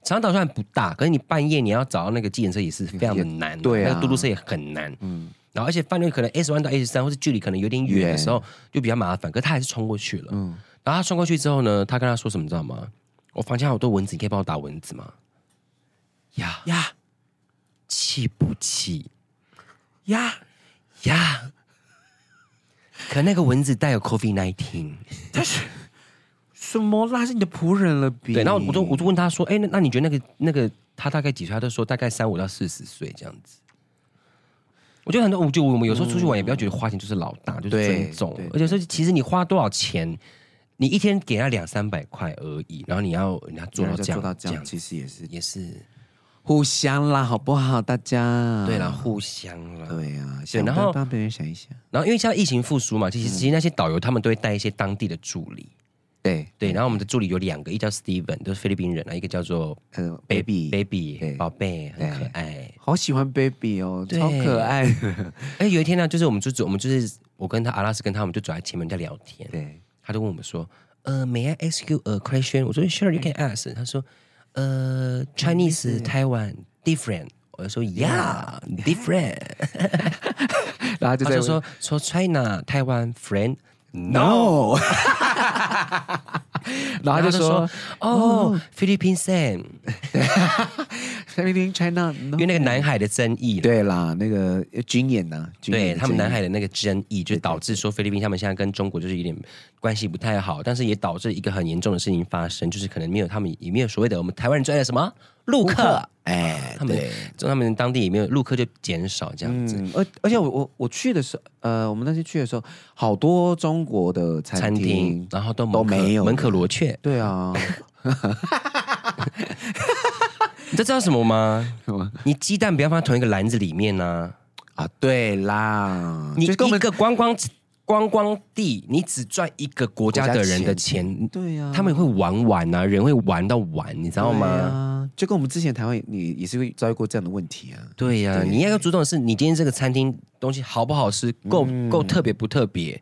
Speaker 1: 长岛虽然不大，可是你半夜你要找到那个计程车也是非常的难，
Speaker 2: 对啊
Speaker 1: 那个嘟嘟车也很难，嗯。然后而且饭店可能 S 1到 S 3或是距离可能有点远的时候就比较麻烦，可是他还是冲过去了。嗯。然后他冲过去之后呢，他跟他说什么你知道吗？我房间好多蚊子，你可以帮我打蚊子吗？呀
Speaker 2: 呀
Speaker 1: 气不气？
Speaker 2: 呀，
Speaker 1: 呀，可那个蚊子带有 COVID nineteen。
Speaker 2: 什么啦？是你的仆人了，比
Speaker 1: 对，然后我就我就问他说：“哎、那那你觉得那个那个他大概几岁？”他就说大概三五到四十岁这样子。我觉得很多，我就我们有时候出去玩也不要觉得花钱就是老大，就是
Speaker 2: 对
Speaker 1: 尊重
Speaker 2: 对。
Speaker 1: 而且说，其实你花多少钱，你一天给他两三百块而已，然后你要人家做
Speaker 2: 原
Speaker 1: 到
Speaker 2: 来就
Speaker 1: 这样，
Speaker 2: 做到这样，
Speaker 1: 子
Speaker 2: 其实也是
Speaker 1: 也是
Speaker 2: 互相啦，好不好？大家
Speaker 1: 对啦，，互相啦。
Speaker 2: 啊对呀，想
Speaker 1: 然后
Speaker 2: 帮别人想一想，
Speaker 1: 然后因为现在疫情复苏嘛，其实其实那些导游他们都会带一些当地的助理，
Speaker 2: 对
Speaker 1: 对，然后我们的助理有两个，一叫 Steven，都是菲律宾人啊，一个叫做
Speaker 2: 呃，baby
Speaker 1: baby
Speaker 2: 对
Speaker 1: 宝贝，很
Speaker 2: 对
Speaker 1: 可爱。
Speaker 2: 好喜欢 baby 哦，
Speaker 1: 对
Speaker 2: 超可爱 的。
Speaker 1: 哎，有一天呢，就是我们就走，我们就是我跟他阿拉斯跟他，我们就走在前面在聊天，
Speaker 2: 对，
Speaker 1: 他就问我们说，呃，May I ask you a question？我说 Sure, you can ask。他说，呃，Chinese 台湾 different。我就说 Yeah, different。
Speaker 2: 然后 他就
Speaker 1: 他
Speaker 2: 在
Speaker 1: 就说说 China 台湾 friend。
Speaker 2: no，然后
Speaker 1: 然
Speaker 2: 他
Speaker 1: 后
Speaker 2: 就
Speaker 1: 就
Speaker 2: 说
Speaker 1: 说哦，菲律宾 Sam，
Speaker 2: Everything China，no
Speaker 1: 因为那个南海的争议啦
Speaker 2: 对啦，那个军演呐，军演
Speaker 1: 对
Speaker 2: 的
Speaker 1: 他们
Speaker 2: 争议
Speaker 1: 南海的那个争议，就导致说菲律宾他们现在跟中国就是有点关系不太好，但是也导致一个很严重的事情发生，就是可能没有他们也没有所谓的我们台湾人最爱的什么陆客，
Speaker 2: 哎，
Speaker 1: 啊他们
Speaker 2: 对。
Speaker 1: 就他们当地也没有陆客就减少这样子。
Speaker 2: 嗯，而而且我我我去的时候，呃，我们那次去的时候，好多中国的
Speaker 1: 餐
Speaker 2: 嗯餐
Speaker 1: 厅
Speaker 2: 厅，，
Speaker 1: 然后都
Speaker 2: 都
Speaker 1: 门可
Speaker 2: 没有
Speaker 1: 门可罗雀，
Speaker 2: 对啊，
Speaker 1: 你知道这叫什么吗？你鸡蛋不要放在同一个篮子里面呐、
Speaker 2: 啊，对啦，
Speaker 1: 你
Speaker 2: 就
Speaker 1: 一
Speaker 2: 跟我们
Speaker 1: 个观光观光地，你只赚一个国家的人的钱，
Speaker 2: 对呀、啊，
Speaker 1: 他们会玩完啊，人会玩到完，你知道吗？
Speaker 2: 对啊，就跟我们之前台湾也你也是会遭遇过这样的问题啊。
Speaker 1: 对呀、你要注重的是你今天这个餐厅东西好不好吃，够
Speaker 2: 嗯
Speaker 1: 够特别不特别。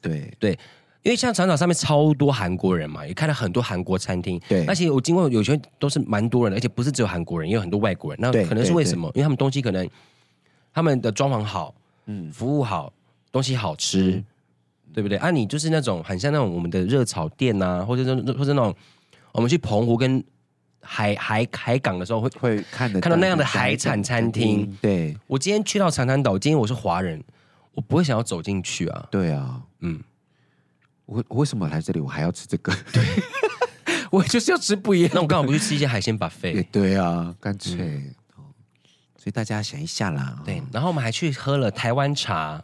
Speaker 2: 对，
Speaker 1: 对，因为像长岛上面超多韩国人嘛，也看到很多韩国餐厅。
Speaker 2: 对
Speaker 1: 而且我经过有些都是蛮多人的，而且不是只有韩国人，也有很多外国人。那
Speaker 2: 对
Speaker 1: 可能是为什么？因为他们东西可能他们的装潢好，嗯，服务好，东西好吃，
Speaker 2: 嗯
Speaker 1: 对不对？啊，你就是那种很像那种我们的热炒店呐，或者那种或者那种我们去澎湖跟海海海港的时候会
Speaker 2: 会看得
Speaker 1: 看到那样的海产餐厅，
Speaker 2: 对
Speaker 1: 我今天去到长滩岛，今天我是华人，我不会想要走进去啊。
Speaker 2: 对啊，
Speaker 1: 嗯
Speaker 2: 嗯，我我为什么来这里？我还要吃这个？对， 我就是要吃不一样
Speaker 1: 那我刚好不去吃一些海鲜
Speaker 2: 也
Speaker 1: buffet？
Speaker 2: 对啊，干脆、哦所以大家想一下啦。
Speaker 1: 嗯
Speaker 2: 哦
Speaker 1: 对，然后我们还去喝了台湾茶，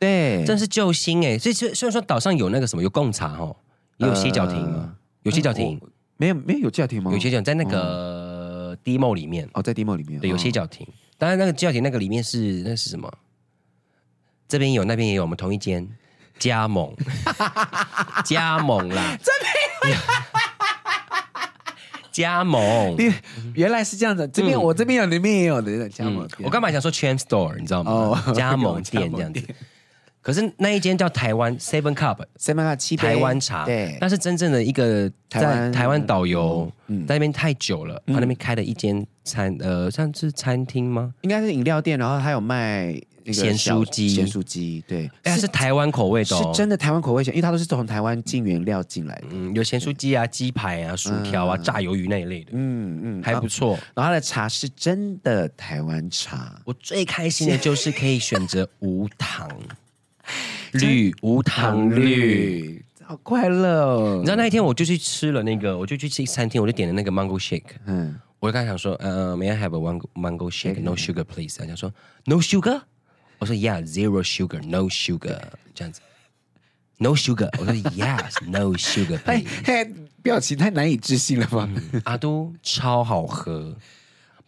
Speaker 2: 对，
Speaker 1: 真是救星哎、所以虽虽然说岛上有那个什么有贡茶哦，也有歇脚亭嘛，有歇脚亭，
Speaker 2: 呃哎没有没有有教廷吗？
Speaker 1: 有歇脚亭在那个 demo 里面，
Speaker 2: 哦，在 demo 里面
Speaker 1: 对，有歇
Speaker 2: 哦
Speaker 1: 脚亭。当然那个鸡脚亭那个里面是那是什么？这边有，那边也有，我们同一间加 盟，加盟啦，这边加盟。
Speaker 2: 你 原来是这样的，这边我这边有，那边也有的，这
Speaker 1: 嗯
Speaker 2: 样吗？
Speaker 1: 我刚本来想说 chain store，你知道吗？
Speaker 2: 哦
Speaker 1: 加盟店这样子。可是那一间叫台湾 Seven Cup
Speaker 2: 三八八七杯
Speaker 1: 台湾茶，
Speaker 2: 对，
Speaker 1: 但是真正的一个
Speaker 2: 台湾嗯
Speaker 1: 在台湾导游在那边太久了，他那边开了一间餐呃，像是餐厅吗？
Speaker 2: 应该是饮料店，然后还有卖那个
Speaker 1: 咸
Speaker 2: 小
Speaker 1: 酥鸡
Speaker 2: 咸酥鸡，对，
Speaker 1: 哎，它是台湾口味
Speaker 2: 是
Speaker 1: 的哦，
Speaker 2: 真的台湾口味咸，因为它都是从台湾进原料进来的，
Speaker 1: 嗯，有咸酥鸡啊、鸡排啊、薯条啊、炸鱿鱼那一类的，
Speaker 2: 嗯嗯嗯，
Speaker 1: 还不错。
Speaker 2: 然后它的茶是真的台湾茶，
Speaker 1: 我最开心的就是可以选择无 糖绿、无糖
Speaker 2: 嗯
Speaker 1: 绿。，
Speaker 2: 好快乐哦
Speaker 1: 你知！道那一天我就去吃了那个，我就去吃餐厅，我就点了那个 mango shake。
Speaker 2: 嗯，
Speaker 1: 我就刚想说，呃，May I have a mango mango shake, no sugar, please？他想说 No sugar，我说 Yeah, zero sugar, no sugar，这样子。No sugar，我说 Yes, no sugar,
Speaker 2: 哎
Speaker 1: please。
Speaker 2: 嘿，表情太难以置信了吧？
Speaker 1: 阿啊都超好喝，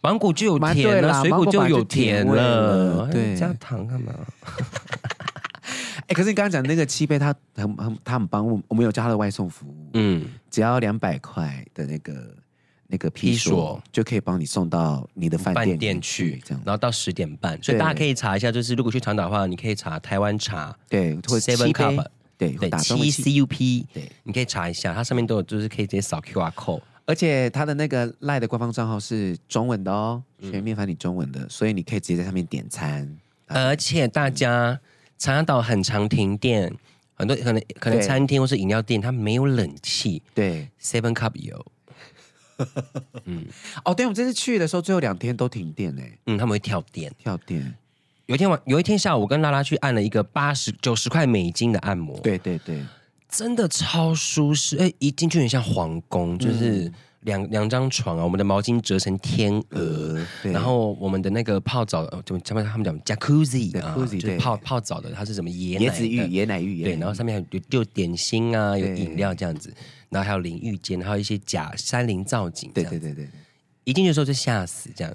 Speaker 1: 芒果就有
Speaker 2: 蛮
Speaker 1: 甜
Speaker 2: 对
Speaker 1: 了，
Speaker 2: 啦
Speaker 1: 水果就有甜
Speaker 2: 芒果
Speaker 1: 了，
Speaker 2: 本来就甜味了对
Speaker 1: 哎加糖干嘛？
Speaker 2: 哎，可是你刚刚讲那个七杯，他很很他很帮我，我们有叫他的外送服务，
Speaker 1: 嗯，
Speaker 2: 只要两百块的那个那个批
Speaker 1: 批索
Speaker 2: 索，就可以帮你送到你的饭
Speaker 1: 饭
Speaker 2: 店
Speaker 1: 店
Speaker 2: 里
Speaker 1: 去，
Speaker 2: 这样
Speaker 1: 然后到十点半，所以
Speaker 2: 对
Speaker 1: 大家可以查一下，就是如果去长岛的话，你可以查台湾茶，
Speaker 2: 对，或者
Speaker 1: Seven
Speaker 2: 七杯
Speaker 1: Cup
Speaker 2: 对，
Speaker 1: 对，
Speaker 2: 打中
Speaker 1: 七
Speaker 2: 文七
Speaker 1: CUP，
Speaker 2: 对，
Speaker 1: 你可以查一下，它上面都有，就是可以直接扫 QR code。
Speaker 2: 而且他的那个赖的官方账号是中文的哦，全面繁体中文的，所以你可以直接在上面点餐。
Speaker 1: 而且大家长岛很常停电，很多可能可能
Speaker 2: 对
Speaker 1: 餐厅或是饮料店它没有冷气
Speaker 2: 对，
Speaker 1: ，Seven Cup 有，
Speaker 2: 哦，对，我们这次去的时候，最后两天都停电哎、
Speaker 1: 嗯，他们会跳电。
Speaker 2: 跳电。
Speaker 1: 有一天晚，有一天下午，我跟拉拉去按了一个八十九十块美金的按摩，，
Speaker 2: 对对对，
Speaker 1: 真的超舒适。哎，一进去很像皇宫，
Speaker 2: 嗯
Speaker 1: 就是两、两张床啊，我们的毛巾折成天鹅，
Speaker 2: 呃，对
Speaker 1: 然后我们的那个泡澡，呃，怎么他们他们讲 jacuzzi 啊，
Speaker 2: Jacuzzi，
Speaker 1: 就是
Speaker 2: 对
Speaker 1: 泡泡澡的，它是什么椰奶
Speaker 2: 椰子
Speaker 1: 的
Speaker 2: 浴、椰奶浴，椰奶
Speaker 1: 对，
Speaker 2: 浴
Speaker 1: 然后上面还有有有点心啊，有
Speaker 2: 对
Speaker 1: 饮料这样子，然后还有淋浴间，还有一些假山林造景这
Speaker 2: 对
Speaker 1: 样。
Speaker 2: 对对对，
Speaker 1: 一进去的时候就吓死这样。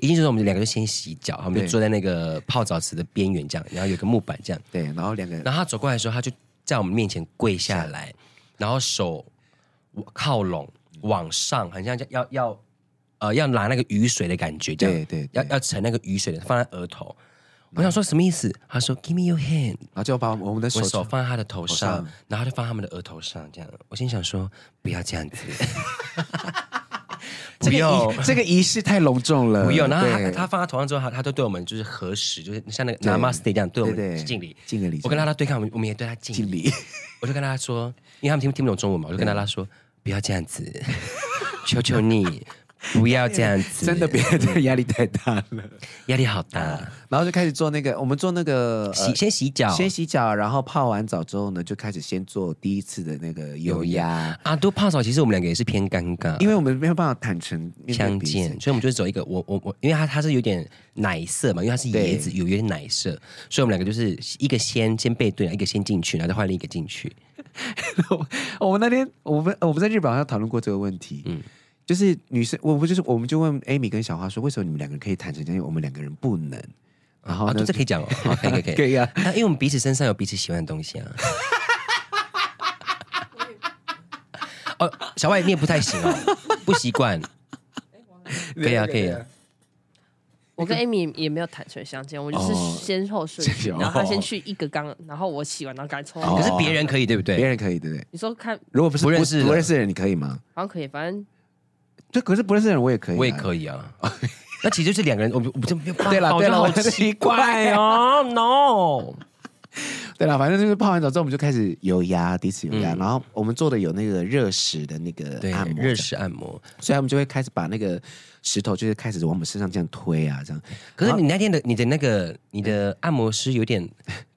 Speaker 1: 一进去的时候，我们两个就先洗脚，我们就
Speaker 2: 对
Speaker 1: 坐在那个泡澡池的边缘这样，然后有一个木板这样。
Speaker 2: 对，然后两个人
Speaker 1: 然后他走过来的时候，他就在我们面前跪下来，然后手靠拢往上，很像要要呃要拿那个雨水的感觉，这样
Speaker 2: 对对对
Speaker 1: 要要盛那个雨水的放在额头。我想说什么意思？他说 “Give me your hand”，
Speaker 2: 然后就把我们的手
Speaker 1: 我手放在他的头上，
Speaker 2: 头上
Speaker 1: 然后就放他们的额头上，这样。我心想说，不要这样 子， 不
Speaker 2: 这个
Speaker 1: 用
Speaker 2: 仪。这个仪式太隆重了，
Speaker 1: 不用，然后他
Speaker 2: 呃对
Speaker 1: 他放在头上之后，他他就对我们就是核实，就是像那个
Speaker 2: 对
Speaker 1: Namaste 这样对我
Speaker 2: 对
Speaker 1: 们
Speaker 2: 对
Speaker 1: 敬礼。
Speaker 2: 敬个礼，
Speaker 1: 我跟拉拉对看，我们我们也对他敬
Speaker 2: 敬
Speaker 1: 礼。
Speaker 2: 礼，
Speaker 1: 我就跟他说，因为他们听听不懂中文嘛，我就跟拉拉说，不要这样子，求求你，不要这样子，
Speaker 2: 真的别这个压力太大了。
Speaker 1: 压力好大。
Speaker 2: 然后就开始做那个，我们做那个呃
Speaker 1: 洗先洗脚，
Speaker 2: 先洗脚，然后泡完澡之后呢，就开始先做第一次的那个油压，
Speaker 1: 啊，都泡澡。其实我们两个也是偏尴尬，
Speaker 2: 因为我们没有办法坦诚面对
Speaker 1: 相
Speaker 2: 彼此
Speaker 1: 见，所以我们就走一个我我我，因为它它是有点奶色嘛，因为它是椰子，
Speaker 2: 对
Speaker 1: 有有点奶色，所以我们两个就是一个先先背对，一个先进去，然后再换另一个进去。
Speaker 2: 哦 我们那天我们我们在日本好像讨论过这个问题，嗯，就是女生，我不就是我们就问 Amy 跟小花说，为什么你们两个人可以坦诚相见，我们两个人不能？然后
Speaker 1: 啊，
Speaker 2: 呢
Speaker 1: 对，这可以讲 哦，好可以可以可以。
Speaker 2: 可以啊，
Speaker 1: 那因为我们彼此身上有彼此喜欢的东西啊。 哦，小外你也不太行哦，不习惯。可以啊，可以啊。
Speaker 3: 我跟 Amy 也没有坦诚相见，我就是
Speaker 2: 哦
Speaker 3: 先后顺序，
Speaker 2: 哦
Speaker 3: 然后他先去一个缸，然后我洗完，然后赶紧冲。
Speaker 2: 哦
Speaker 1: 可是别人可以，对不
Speaker 2: 别
Speaker 1: 对？
Speaker 2: 人可以对不对？
Speaker 3: 你说看
Speaker 2: 如果不是
Speaker 1: 不认识的
Speaker 2: 不认识的人，你可以吗？
Speaker 3: 好像可以，反正
Speaker 2: 对，可是不认识的人我也可以啊，
Speaker 1: 我也可以啊。那其实就是两个人，我我这没有办法
Speaker 2: 对啦
Speaker 1: 我
Speaker 2: 对
Speaker 1: 觉
Speaker 2: 啦
Speaker 1: 得好
Speaker 2: 我啊觉得
Speaker 1: 奇 怪哦，no。
Speaker 2: 对啦，反正就是泡完澡之后，我们就开始有
Speaker 1: 嗯
Speaker 2: 压，第一次有压，然后我们做的有那个热石的那个
Speaker 1: 对
Speaker 2: 按，摩，
Speaker 1: 热石按摩。
Speaker 2: 所以他们就会开始把那个石头就是开始往我们身上这样推啊，这样。
Speaker 1: 可是你那天的你的那个你的按摩师有点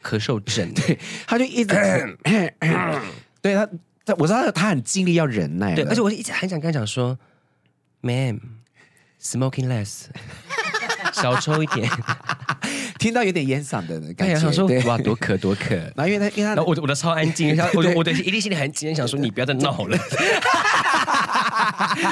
Speaker 1: 咳嗽症，对
Speaker 2: 他就一直， 对他，他我知道他很尽力要忍耐了，啊
Speaker 1: 而且我一直很想跟他讲说，ma'am smoking less，少抽一 点。
Speaker 2: 听到有点烟嗓的
Speaker 1: 对，
Speaker 2: 感觉，
Speaker 1: 哎想说
Speaker 2: 对。
Speaker 1: 哇多渴多渴。
Speaker 2: 然后因为他因为
Speaker 1: 然
Speaker 2: 他
Speaker 1: 后我的我的超安静，然后我的我的一定心里很紧，想说你不要再闹了。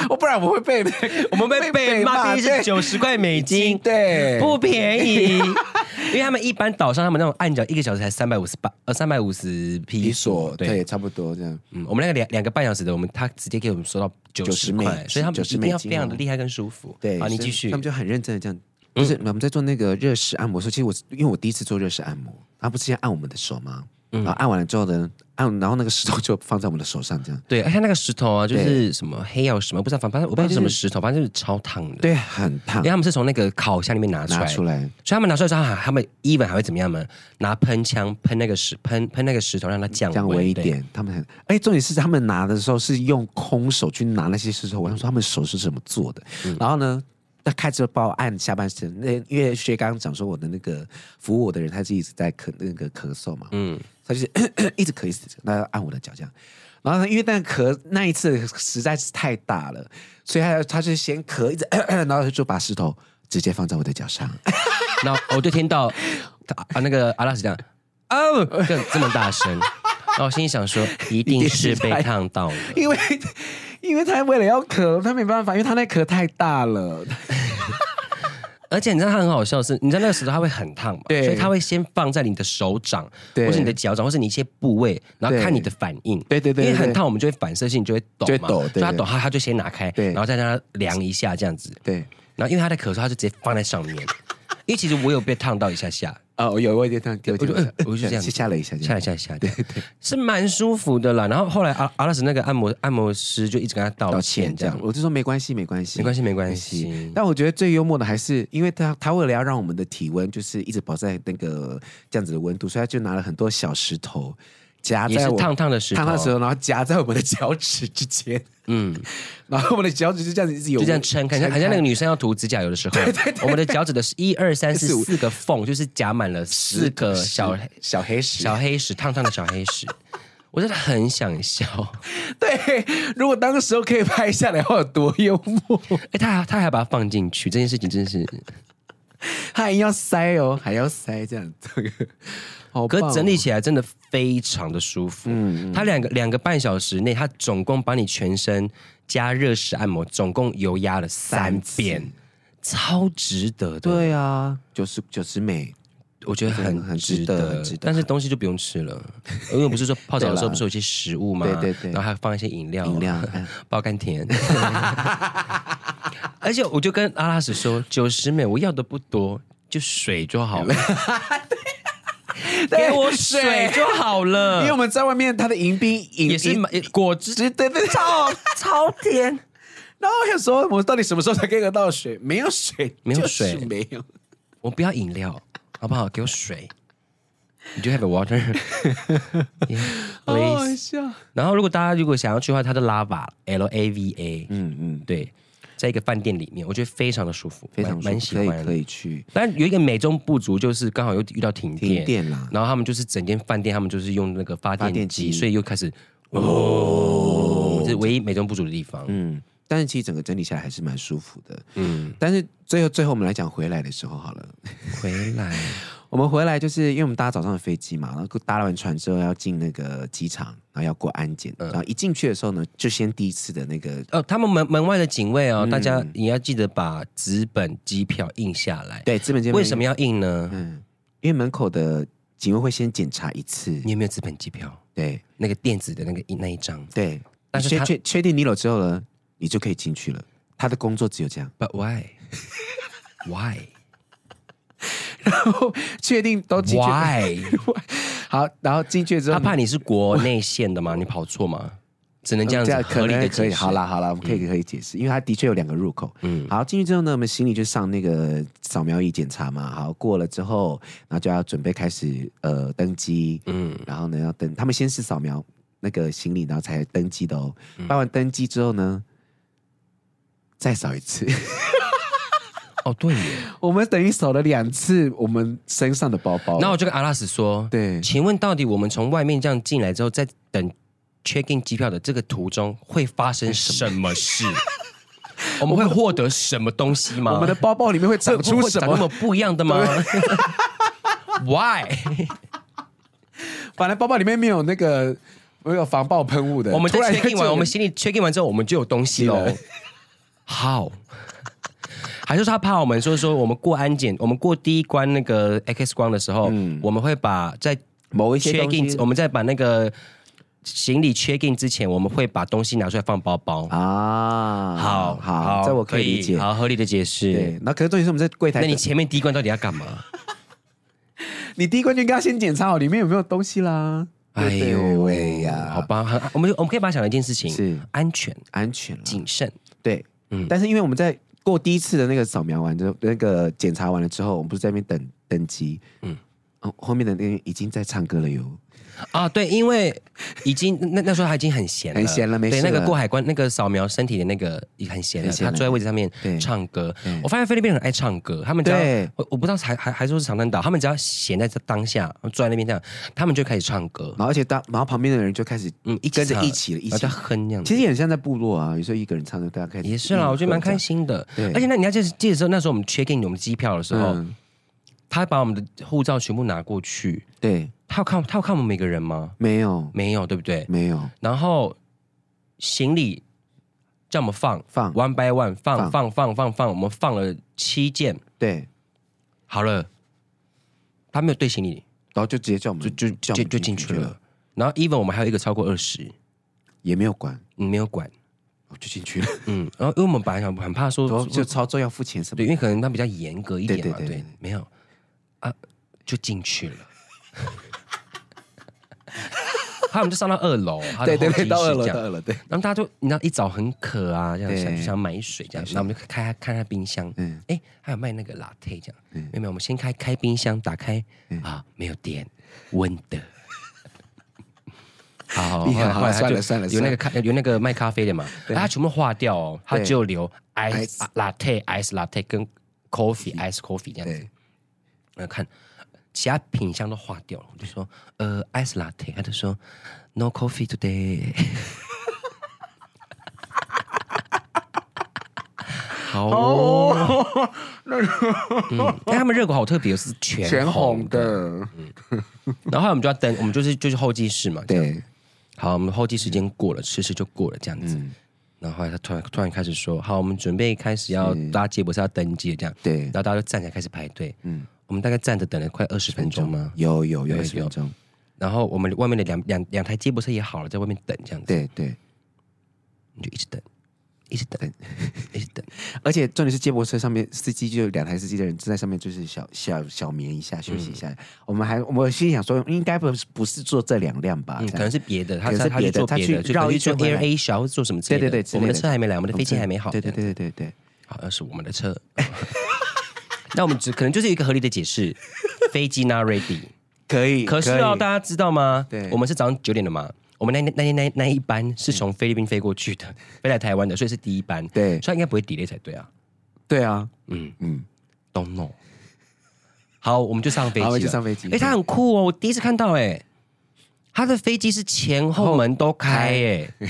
Speaker 2: 我不然 我会被
Speaker 1: 我们被被骂，第一是
Speaker 2: 对
Speaker 1: 九十块美金，
Speaker 2: 对，
Speaker 1: 不便宜， 因为他们一般岛上他们那种按脚一个小时才三百五十八呃三百五十
Speaker 2: 比
Speaker 1: 披
Speaker 2: 索
Speaker 1: 索，
Speaker 2: 对，差不多这样。
Speaker 1: 嗯，我们那个两两个半小时的，我们他直接给我们收到九十
Speaker 2: 90美
Speaker 1: 块，所以他们
Speaker 2: 90
Speaker 1: 一定要
Speaker 2: 美金
Speaker 1: 非
Speaker 2: 哦
Speaker 1: 常的厉害跟舒服。
Speaker 2: 对，
Speaker 1: 好，你
Speaker 2: 所以
Speaker 1: 继续嗯
Speaker 2: 他们。就很认真的这样，就是我们在做那个热式按摩的时候，其实我因为我第一次做热式按摩，他不是先按我们的手吗？
Speaker 1: 嗯
Speaker 2: 然后按完了之后呢，按然后那个石头就放在我们的手上这样，
Speaker 1: 对，而且那个石头啊，就是什么黑曜石嘛，不知道，反正我不知道是什么石头，反正就是超烫的。，
Speaker 2: 对，很烫
Speaker 1: 因为，他们是从那个烤箱里面拿出
Speaker 2: 拿
Speaker 1: 来，
Speaker 2: 出
Speaker 1: 所
Speaker 2: 来，
Speaker 1: 以他们拿出来之后，他他们 even 还会怎么样呢？拿喷枪喷那个石喷喷那个石头，让它降
Speaker 2: 这样
Speaker 1: 温
Speaker 2: 围一
Speaker 1: 对
Speaker 2: 点，他们很，哎，重点是他们拿的时候是用空手去拿那些石头，我想说他们手是怎么做的，
Speaker 1: 嗯
Speaker 2: 然后呢？他开始帮我按下半身，那因为薛刚刚讲说我的那个服务我的人，他是一直在咳那个咳嗽嘛，
Speaker 1: 嗯，
Speaker 2: 他就是 一直咳一直咳，那按我的脚这样。然后呢，因为那咳那一次实在是太大了，所以他他就先咳一直 然后就把石头直接放在我的脚上，
Speaker 1: 然后哦我就听到他啊那个阿拉斯这样，哦，更这么大声，然后我心里想说，一定是被烫到了。
Speaker 2: 因为 因为他为了要咳，他没办法，因为他那咳太大了，
Speaker 1: 而且你知道它很好笑的是，你知道那个石头它会很烫嘛，
Speaker 2: 对
Speaker 1: 所以它会先放在你的手掌，
Speaker 2: 对
Speaker 1: 或是你的脚掌，或是你一些部位，然后
Speaker 2: 对
Speaker 1: 看你的反应。
Speaker 2: 对对对对
Speaker 1: 因为很烫，我们就会反射性就会抖
Speaker 2: 就会
Speaker 1: 嘛，
Speaker 2: 抖对
Speaker 1: 所以它
Speaker 2: 对
Speaker 1: 抖它它就先拿开，
Speaker 2: 对
Speaker 1: 然后再让它量一下这样子。
Speaker 2: 对，
Speaker 1: 然后因为它在咳嗽，它就直接放在上面。因为其实我有被烫到一下下，
Speaker 2: 哦，有我有点烫，有
Speaker 1: 我就
Speaker 2: 点烫
Speaker 1: 呃我就这样子
Speaker 2: 吓了一下，
Speaker 1: 下来
Speaker 2: 吓一下，
Speaker 1: 下来下来，对对，是蛮舒服的啦。然后后来阿阿拉斯那个按摩按摩师就一直跟他道
Speaker 2: 道
Speaker 1: 歉
Speaker 2: 歉
Speaker 1: 这
Speaker 2: 这样
Speaker 1: 样，，
Speaker 2: 我就说没关系，没关系，
Speaker 1: 没关系没
Speaker 2: 没
Speaker 1: 关
Speaker 2: 关系
Speaker 1: 系。。
Speaker 2: 但我觉得最幽默的还是，因为他他为了要让我们的体温就是一直保在那个这样子的温度，所以他就拿了很多小石头夹
Speaker 1: 也
Speaker 2: 在
Speaker 1: 是
Speaker 2: 我
Speaker 1: 烫烫的石头，
Speaker 2: 烫的时候，然后夹在我们的脚趾之间，
Speaker 1: 嗯，
Speaker 2: 然后我们的脚趾就这样子一直有
Speaker 1: 就这样撑开，好像好像那个女生要涂指甲油的时候，我们的脚趾的是一二三四
Speaker 2: 四五
Speaker 1: 四个缝，就是夹满了四个小
Speaker 2: 小黑石
Speaker 1: 小。黑石，烫烫的小黑石。我真的很想笑，
Speaker 2: 对，如果当时候可以拍下来，会有多幽默？
Speaker 1: 哎、他还他还把它放进去，这件事情真是，
Speaker 2: 哦还要塞哦，还要塞这样子，好
Speaker 1: 可
Speaker 2: 棒哦、
Speaker 1: 是整理起来真的非常的舒服。嗯，他两个两个半小时内，他总共帮你全身加热石按摩，总共油压了三
Speaker 2: 三次
Speaker 1: 遍，超值得的。，
Speaker 2: 对啊，九十九十美，
Speaker 1: 我觉得很
Speaker 2: 很
Speaker 1: 值
Speaker 2: 值
Speaker 1: 得，
Speaker 2: 得很值得
Speaker 1: 但是东西就不用吃了，因为不是说泡澡的时候
Speaker 2: 对啦
Speaker 1: 不是有一些食物嘛，
Speaker 2: 对对对
Speaker 1: 然后还放一些饮料，
Speaker 2: 饮料嗯
Speaker 1: 爆甘 甜。而且我就跟阿拉斯说，九十美我要的不多，就水就好了，给我水就好
Speaker 2: 因为
Speaker 1: 了
Speaker 2: 我，们在外面，他的迎宾饮
Speaker 1: 也是
Speaker 2: 饮
Speaker 1: 买果汁。
Speaker 2: 对对对，超
Speaker 1: 超甜，
Speaker 2: 然后我想说，我到底什么时候才可以喝到水？没有水，
Speaker 1: 没有
Speaker 2: 就是
Speaker 1: 水
Speaker 2: 没有。
Speaker 1: 我不要饮料，好不好？给我水。You do have a water, yeah,
Speaker 2: 好
Speaker 1: please.
Speaker 2: 好笑。
Speaker 1: 然后，如果大家如果想要去的话，它的 Lava L A V A，嗯嗯，对，在一个饭店里面，我觉得非常的舒服，
Speaker 2: 非常
Speaker 1: 蛮蛮喜
Speaker 2: 舒服可以
Speaker 1: 欢
Speaker 2: 可
Speaker 1: 的。
Speaker 2: 以去。
Speaker 1: 但有一个美中不足，就是刚好又遇到停电，
Speaker 2: 停电啦
Speaker 1: 然后他们就是整间饭店，他们就是用那个发电
Speaker 2: 发电机
Speaker 1: 所以又开始哦，这是唯一美中不足的地方。
Speaker 2: 嗯，但是其实整个整理下来还是蛮舒服的。嗯，但是最后最后我们来讲回来的时候好了，
Speaker 1: 回来，
Speaker 2: 我们回来就是因为我们搭早上的飞机嘛，然后搭完船之后要进那个机场，然后要过安检，
Speaker 1: 嗯
Speaker 2: 然后一进去的时候呢，就先第一次的那个。
Speaker 1: 哦，他们门门外的警卫
Speaker 2: 嗯
Speaker 1: 哦，大家也要记得把纸本机票印下来。，
Speaker 2: 对，资本街
Speaker 1: 为什么
Speaker 2: 要？
Speaker 1: 要印呢？
Speaker 2: 嗯，因为门口的警卫会先检查一次。
Speaker 1: 你有没有纸本机票？
Speaker 2: 对
Speaker 1: 那个电子的那个那一张
Speaker 2: 对，
Speaker 1: 但是
Speaker 2: 确
Speaker 1: 他
Speaker 2: 确确定你有之后呢，你就可以进去了。他的工作只有这样。
Speaker 1: ？But why? why?
Speaker 2: 确定都进去。
Speaker 1: Why？
Speaker 2: 好，然后进去之后，
Speaker 1: 他怕你是国内线的吗？你跑错吗？只能这样子合
Speaker 2: 嗯呃可
Speaker 1: 理的
Speaker 2: 能可以。好啦，好啦，我们可以可以解释，因为他的确有两个入口。
Speaker 1: 嗯
Speaker 2: 嗯，好，进去之后呢，我们行李就上那个扫描仪检查嘛。好，过了之后，然后就要准备开始呃登机。
Speaker 1: 嗯
Speaker 2: 嗯，然后呢要登，他们先是扫描那个行李，然后才登机的哦。
Speaker 1: 嗯
Speaker 2: 办完登机之后呢，再扫一次。
Speaker 1: 哦，对耶。
Speaker 2: 我们等于扫了两次我们身上的包包。
Speaker 1: 然后我就跟阿拉斯说，
Speaker 2: 对
Speaker 1: 请问到底我们从外面这样进来之后，在等 check in 机票的这个途中会发
Speaker 2: 哎
Speaker 1: 生什么事？我们会获得什么东西吗？
Speaker 2: 我们的包包里面 会
Speaker 1: 会
Speaker 2: 长出
Speaker 1: 会
Speaker 2: 什
Speaker 1: 长那么
Speaker 2: 么？
Speaker 1: 不一样的吗 ？Why？
Speaker 2: 本来包包里面没有那个我有防爆喷雾的。
Speaker 1: 我们在
Speaker 2: 突然
Speaker 1: check in 完，
Speaker 2: 就
Speaker 1: 我们行李 check in 完之后，我们就有东西喽。好，还是说他怕我们，就是说我们过安检，我们过第一关那个 X 光的时候，我们会把在
Speaker 2: 嗯某一些
Speaker 1: check
Speaker 2: 东
Speaker 1: in，
Speaker 2: 西
Speaker 1: 我们在把那个行李 check in 之前，我们会把东西拿出来放包包。
Speaker 2: 啊，
Speaker 1: 好
Speaker 2: 好，这我可以理解。
Speaker 1: 好合理的解
Speaker 2: 对
Speaker 1: 释。，
Speaker 2: 那可是重点是我们在柜台
Speaker 1: 那
Speaker 2: 等，
Speaker 1: 你前面第一关到底要干嘛？
Speaker 2: 你第一关就应该先检查好里面有没有东西啦。
Speaker 1: 哎
Speaker 2: 对
Speaker 1: 呦
Speaker 2: 喂呀，
Speaker 1: 好吧，很我们就我们可以把它想成一件事情：
Speaker 2: 是
Speaker 1: 安全、
Speaker 2: 安全了。
Speaker 1: 谨慎。
Speaker 2: 对，
Speaker 1: 嗯
Speaker 2: 但是因为我们在过第一次的那个扫描完之后，那个检查完了之后，我们不是在那边等等级，嗯
Speaker 1: 嗯，
Speaker 2: 哦，后面的那个已经在唱歌了哟，
Speaker 1: 啊，对，因为已经 那那时候他已经很闲了，
Speaker 2: 很闲了没事
Speaker 1: 对，那
Speaker 2: 了
Speaker 1: 个过海关那个扫描身体的那个也很闲了，
Speaker 2: 很闲
Speaker 1: 他坐在
Speaker 2: 了
Speaker 1: 位置上面
Speaker 2: 对
Speaker 1: 唱歌
Speaker 2: 对。
Speaker 1: 我发现菲律宾人很爱唱歌，他们只要
Speaker 2: 对
Speaker 1: 我我不知道还还还说是长滩岛，他们只要闲在这当下坐在那边这样，他们就开始唱歌，
Speaker 2: 然后而且当然后旁边的人就开始
Speaker 1: 嗯，一起
Speaker 2: 跟着
Speaker 1: 唱
Speaker 2: 一起了，一
Speaker 1: 然后
Speaker 2: 起
Speaker 1: 在。哼这样子。
Speaker 2: 其实也很像在部落啊，有时候一个人唱歌，大家开始
Speaker 1: 也是啦，我觉得蛮开
Speaker 2: 心。
Speaker 1: 心的
Speaker 2: 对。
Speaker 1: 而且那你要记得记得说，那时候我们 check in 我们机票的时候，
Speaker 2: 嗯，
Speaker 1: 他把我们的护照全部拿过去，
Speaker 2: 对，
Speaker 1: 他有看他有看我们每个人吗？
Speaker 2: 没有
Speaker 1: 没有，对不对？
Speaker 2: 没有
Speaker 1: 然后行李叫我们放
Speaker 2: 放
Speaker 1: ，one by one
Speaker 2: 放
Speaker 1: 放放放放放，我们放了七件，
Speaker 2: 对，
Speaker 1: 好了，他没有对行李，
Speaker 2: 然后就直接叫我们
Speaker 1: 就就
Speaker 2: 叫我
Speaker 1: 就
Speaker 2: 们
Speaker 1: 就进去了，。然后 even 我们还有一个超过二十，
Speaker 2: 也没有管，
Speaker 1: 嗯，没有管，
Speaker 2: 我就进去 了。
Speaker 1: 嗯，然后因为我们本来想很怕说
Speaker 2: 然后就操作要付钱什么
Speaker 1: 对，因为可能他比较严格一点嘛，
Speaker 2: 对对对对
Speaker 1: 没有啊，就进去 了。他们就上到二楼，他
Speaker 2: 的，
Speaker 1: 的
Speaker 2: 对对
Speaker 1: 候
Speaker 2: 对，
Speaker 1: 机
Speaker 2: 到
Speaker 1: 室
Speaker 2: 二楼
Speaker 1: 这
Speaker 2: 到
Speaker 1: 样
Speaker 2: 二楼，对，
Speaker 1: 然后大家就你知道一早很渴啊，这样
Speaker 2: 对
Speaker 1: 想想买水这样，然后我们就开看他冰箱，
Speaker 2: 嗯
Speaker 1: 嗯，哎，还有卖那个 latte 这样，没有没有，我们先开开冰箱，打开
Speaker 2: 嗯
Speaker 1: 啊，没有电，温的。 好，好
Speaker 2: 厉害
Speaker 1: 后来
Speaker 2: 好
Speaker 1: 后来他
Speaker 2: 算
Speaker 1: 就
Speaker 2: 了算了
Speaker 1: 有那
Speaker 2: 算了
Speaker 1: 个咖有那个卖咖啡的嘛，哎他全部化掉哦，他
Speaker 2: 对
Speaker 1: 只有留 ice
Speaker 2: Ice
Speaker 1: latte ice latte 跟 coffee ice coffee 这样子
Speaker 2: 对，
Speaker 1: 然后呃看其他品相都化掉了，我就说呃 ice latte，他就说 no coffee today。好哦，嗯，但他们热狗好特别，是全
Speaker 2: 全红
Speaker 1: 红的。
Speaker 2: 的，
Speaker 1: 然后后来我们就要登，我们就是就是候机室嘛。这样，
Speaker 2: 对，
Speaker 1: 好，我们候机时间过了，吃吃就过了这样子。然后后来他突然突然开始说：“好，我们准备开始要大家接驳车要登机了这样。”
Speaker 2: 对
Speaker 1: 然后大家就站起来开始排队。嗯，我们大概站着等了快二十分钟嘛。
Speaker 2: 有有有
Speaker 1: 嗯有
Speaker 2: 二十分钟，
Speaker 1: 然后我们外面的两两两台接驳车也好了，在外面等这样子。，
Speaker 2: 对对。
Speaker 1: 你就一直等，一直等，一直 等。
Speaker 2: 而且重点是接驳车上面司机就有两台司机的人正在上面，就是小小小眠一下，休息一
Speaker 1: 嗯
Speaker 2: 下。我们还我心里想说，应该不是不是坐这两辆吧？
Speaker 1: 嗯，
Speaker 2: 这
Speaker 1: 可
Speaker 2: 样
Speaker 1: 能是别的，他
Speaker 2: 可能是
Speaker 1: 他
Speaker 2: 别
Speaker 1: 去
Speaker 2: 的
Speaker 1: 做
Speaker 2: 他
Speaker 1: 别
Speaker 2: 去
Speaker 1: 的，就
Speaker 2: 绕
Speaker 1: 可能
Speaker 2: 一
Speaker 1: 去做
Speaker 2: 圈回
Speaker 1: Air
Speaker 2: 来
Speaker 1: Asia 或者做什么之类的。
Speaker 2: 对对对之
Speaker 1: 我们的
Speaker 2: 类的嗯
Speaker 1: 车还没来，我们的飞机还没好。
Speaker 2: 对对对对对对，
Speaker 1: 好，那是我们的车。 那我们只可能就是有一个合理的解释，飞机 not ready。
Speaker 2: 可以。
Speaker 1: 可是
Speaker 2: 可
Speaker 1: 哦，
Speaker 2: 以
Speaker 1: 大家知道吗？
Speaker 2: 对
Speaker 1: 我们是早上九点的嘛。我们那那那那那一班是从菲律宾飞过去 的，飞来台湾的，所以是第一班。所以
Speaker 2: 对
Speaker 1: 它应该不会 delay 才对啊。
Speaker 2: 对啊，
Speaker 1: 嗯
Speaker 2: 嗯
Speaker 1: 嗯，don't know。好，我们就上飞机
Speaker 2: 好我
Speaker 1: 了。
Speaker 2: 们就上飞机
Speaker 1: 哎、它很酷哦，我第一次看到哎、它的飞机是前后门都开哎、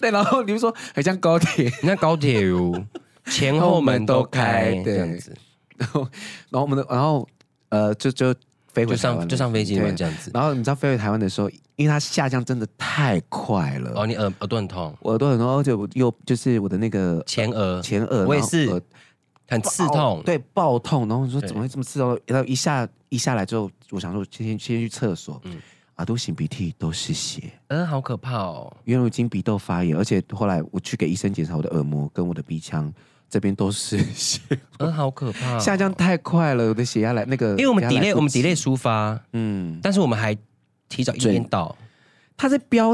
Speaker 2: 对，然后你们说很像高铁，
Speaker 1: 你看高铁 哟，前后门都开
Speaker 2: 后门都开对
Speaker 1: 这样子，
Speaker 2: 然后然后我们的然后呃就就飞回
Speaker 1: 就
Speaker 2: 台湾了
Speaker 1: 上就上飞机嘛
Speaker 2: 对
Speaker 1: 这样子。
Speaker 2: 然后你知道飞回台湾的时候，因为它下降真的太快了，
Speaker 1: 哦，你耳耳朵很痛，
Speaker 2: 我耳朵很痛，而且我又就是我的那个
Speaker 1: 前额
Speaker 2: 前额，
Speaker 1: 我也
Speaker 2: 然后
Speaker 1: 是
Speaker 2: 耳
Speaker 1: 很刺
Speaker 2: 爆
Speaker 1: 痛，
Speaker 2: 对，爆痛。然后你说
Speaker 1: 对
Speaker 2: 怎么会这么刺痛？然后一下一下来之后，我想说先先先去厕所，啊，都擤鼻涕都是血，
Speaker 1: 嗯，好可怕哦。
Speaker 2: 因为我已经鼻窦发炎，而且后来我去给医生检查我的耳膜跟我的鼻腔这边都是血，
Speaker 1: 嗯，好可怕、
Speaker 2: 下降太快了，我的血压来那个，
Speaker 1: 因为我们
Speaker 2: 压来
Speaker 1: delay
Speaker 2: 不
Speaker 1: 我们
Speaker 2: 及
Speaker 1: delay 出发，
Speaker 2: 嗯，
Speaker 1: 但是我们还提早一天到。
Speaker 2: 他在 飙，